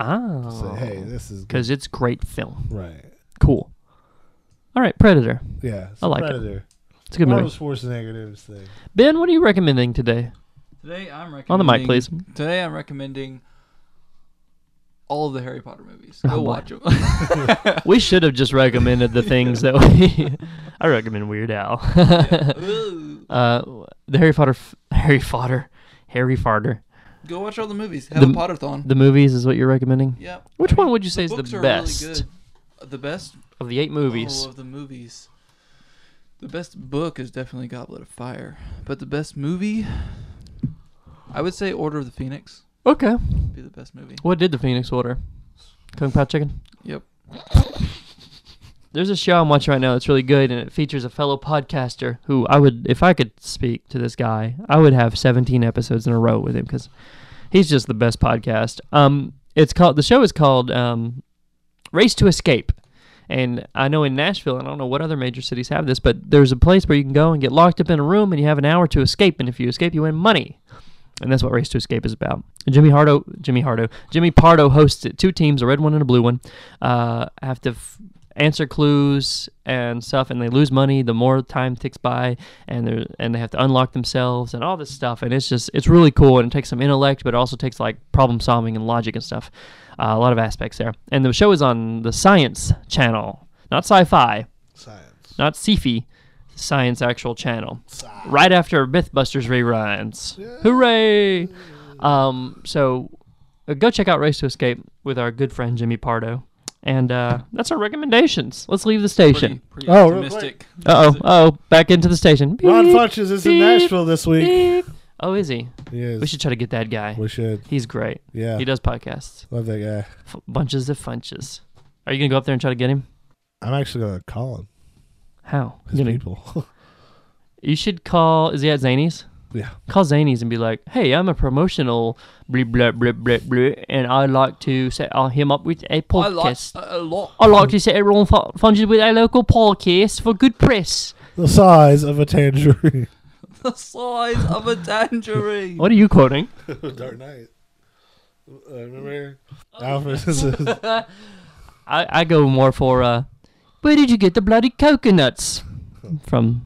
Speaker 1: Oh,
Speaker 4: Say, hey, this is good.
Speaker 1: because it's great film.
Speaker 4: right.
Speaker 1: Cool. All right, Predator.
Speaker 4: Yeah,
Speaker 1: I like it.
Speaker 4: Predator.
Speaker 1: It's a good
Speaker 4: Arnold
Speaker 1: movie.
Speaker 4: Schwarzenegger did his thing.
Speaker 1: Ben, what are you recommending today?
Speaker 3: today I'm recommending
Speaker 1: On the mic, please.
Speaker 3: Today I'm recommending all of the Harry Potter movies.
Speaker 1: Oh,
Speaker 3: Go
Speaker 1: boy.
Speaker 3: watch 'em.
Speaker 1: We should have just recommended the things that we. I recommend Weird Al.
Speaker 3: Ooh.
Speaker 1: uh, the Harry Potter, f- Harry Potter, Harry Farter,
Speaker 3: Go watch all the movies. Have
Speaker 1: The
Speaker 3: a
Speaker 1: m-
Speaker 3: Potterthon.
Speaker 1: The movies is what you're recommending.
Speaker 3: yeah.
Speaker 1: Which one would you say
Speaker 3: The
Speaker 1: is the
Speaker 3: books are
Speaker 1: best
Speaker 3: really good. The best
Speaker 1: of the eight movies?
Speaker 3: Oh, of the movies. The best book is definitely Goblet of Fire, but the best movie, I would say Order of the Phoenix
Speaker 1: Okay.
Speaker 3: would be the best movie.
Speaker 1: What did the Phoenix order? Kung Pao Chicken?
Speaker 3: Yep.
Speaker 1: There's a show I'm watching right now that's really good, and it features a fellow podcaster who I would, if I could speak to this guy, I would have 17 episodes in a row with him because he's just the best podcast. Um, it's called the show is called um, Race to Escape, and I know in Nashville, and I don't know what other major cities have this, but there's a place where you can go and get locked up in a room, and you have an hour to escape, and if you escape, you win money and that's what Race to Escape is about. Jimmy Hardo, Jimmy Hardo, Jimmy Pardo hosts it. Two teams, a red one and a blue one, uh, have to f- answer clues and stuff, and they lose money the more time ticks by, and they are and they have to unlock themselves and all this stuff, and it's just it's really cool, and it takes some intellect, but it also takes like problem solving and logic and stuff, uh, a lot of aspects there. And the show is on the Science Channel, not Sci-Fi,
Speaker 4: Science.
Speaker 1: not sci Science actual channel. Right after Mythbusters reruns. Hooray! Um, so uh, go check out Race to Escape with our good friend Jimmy Pardo. And uh, that's our recommendations. Let's leave the
Speaker 3: Pretty,
Speaker 1: station.
Speaker 3: pretty
Speaker 4: Oh, real
Speaker 3: optimistic.
Speaker 1: Uh oh. Oh, back into the station.
Speaker 4: Ron
Speaker 1: Beep,
Speaker 4: Funches is in
Speaker 1: beep,
Speaker 4: Nashville this week.
Speaker 1: beep. Oh, is he?
Speaker 4: Yes.
Speaker 1: We should try to get that guy.
Speaker 4: We should.
Speaker 1: He's great.
Speaker 4: Yeah.
Speaker 1: He does podcasts.
Speaker 4: Love that guy.
Speaker 1: F- bunches of funches. Are you going to go up there and try to get him?
Speaker 4: I'm actually gonna call him.
Speaker 1: How?
Speaker 4: His
Speaker 1: You gonna-
Speaker 4: people.
Speaker 1: You should call. Is he at Zany's?
Speaker 4: Yeah.
Speaker 1: Call Zany's and be like, "Hey, I'm a promotional blah blah blah blah blah, and I like to set uh, him up with a
Speaker 3: I like
Speaker 1: podcast.
Speaker 3: a a lot.
Speaker 1: I like to set everyone fu- funded with a local podcast for good press."
Speaker 4: the size of a tangerine.
Speaker 3: the size of a tangerine.
Speaker 1: What are you quoting?
Speaker 4: Oh, Dark Knight. Uh, remember Oh. Alfred says,
Speaker 1: I, I go more for, uh, "Where did you get the bloody coconuts?" from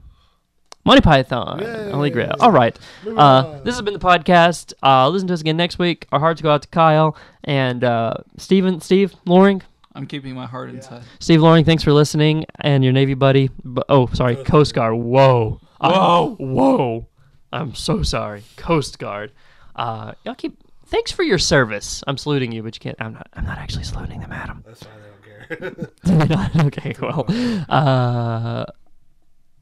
Speaker 1: Monty Python. Holy Grail. All right. Uh, this has been the podcast. Uh, listen to us again next week. Our hearts go out to Kyle and uh, Steven, Steve, Loring.
Speaker 3: I'm keeping my heart inside.
Speaker 1: Steve Loring, thanks for listening, and your Navy buddy. Bu- oh, sorry, Coast Guard. Whoa, whoa, whoa! I'm so sorry, Coast Guard. Uh, y'all keep. Thanks for your service. I'm saluting you, but you can't. I'm not. I'm not actually saluting the madam.
Speaker 4: That's why they don't care.
Speaker 1: okay, well. Uh,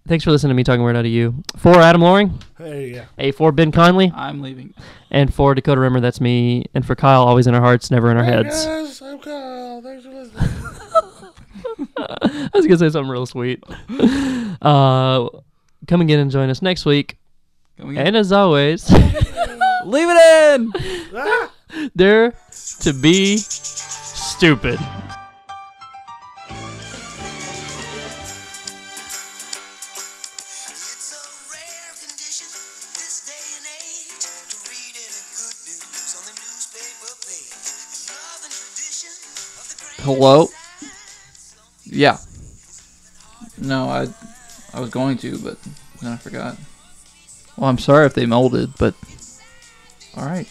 Speaker 1: thanks for listening to me talking weird out of you. For Adam Loring,
Speaker 4: hey, yeah.
Speaker 1: a for Ben Conley,
Speaker 3: I'm leaving.
Speaker 1: and for Dakota Rimmer, that's me, and for Kyle, always in our hearts, never in our
Speaker 4: Hey
Speaker 1: heads.
Speaker 4: guys, I'm Kyle. Thanks for listening.
Speaker 1: I was gonna say something real sweet. Uh, come again and join us next week.
Speaker 3: Can we
Speaker 1: And as always,
Speaker 3: leave it in.
Speaker 1: there to be stupid.
Speaker 7: It's a rare condition this day and age to read any good news on the newspaper page. Love and tradition of the grand
Speaker 3: Hello? Yeah. No, I I was going to, but then I forgot. Well, I'm sorry if they molded, but all right.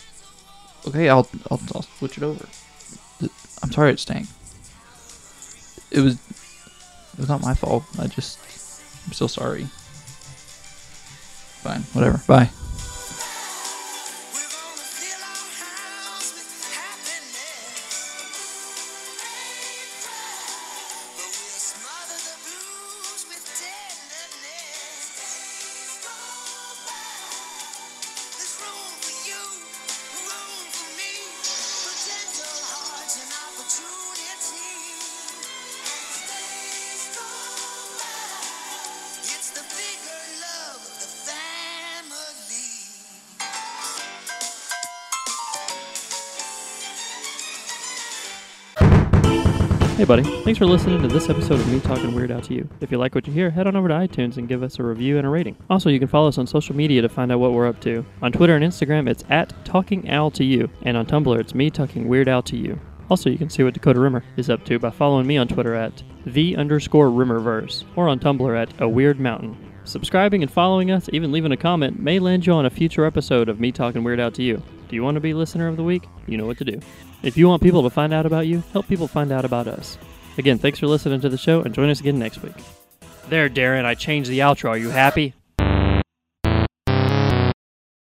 Speaker 3: Okay, I'll I'll, I'll switch it over. Th- I'm sorry it stank. It was it was not my fault. I just I'm still sorry. Fine, whatever. Bye.
Speaker 7: We're gonna fill our house with happiness. But we'll smother the blues with tenderness. Days go by. There's room for you, room for me, for gentle hearts and opportunity. Days go by. It's the bigger love of the family.
Speaker 1: Hey, buddy. Thanks for listening to this episode of Me Talking Weird Out to You. If you like what you hear, head on over to iTunes and give us a review and a rating. Also, you can follow us on social media to find out what we're up to. On Twitter and Instagram, it's at Talking Owl to You, and on Tumblr, it's Me Talking Weird Out to You. Also, you can see what Dakota Rimmer is up to by following me on Twitter at the underscore Rimmerverse or on Tumblr at A Weird Mountain. Subscribing and following us, even leaving a comment, may land you on a future episode of Me Talking Weird Out to You. Do you want to be Listener of the Week? You know what to do. If you want people to find out about you, help people find out about us. Again, thanks for listening to the show and join us again next week. There, Darren, I changed the outro. Are you happy?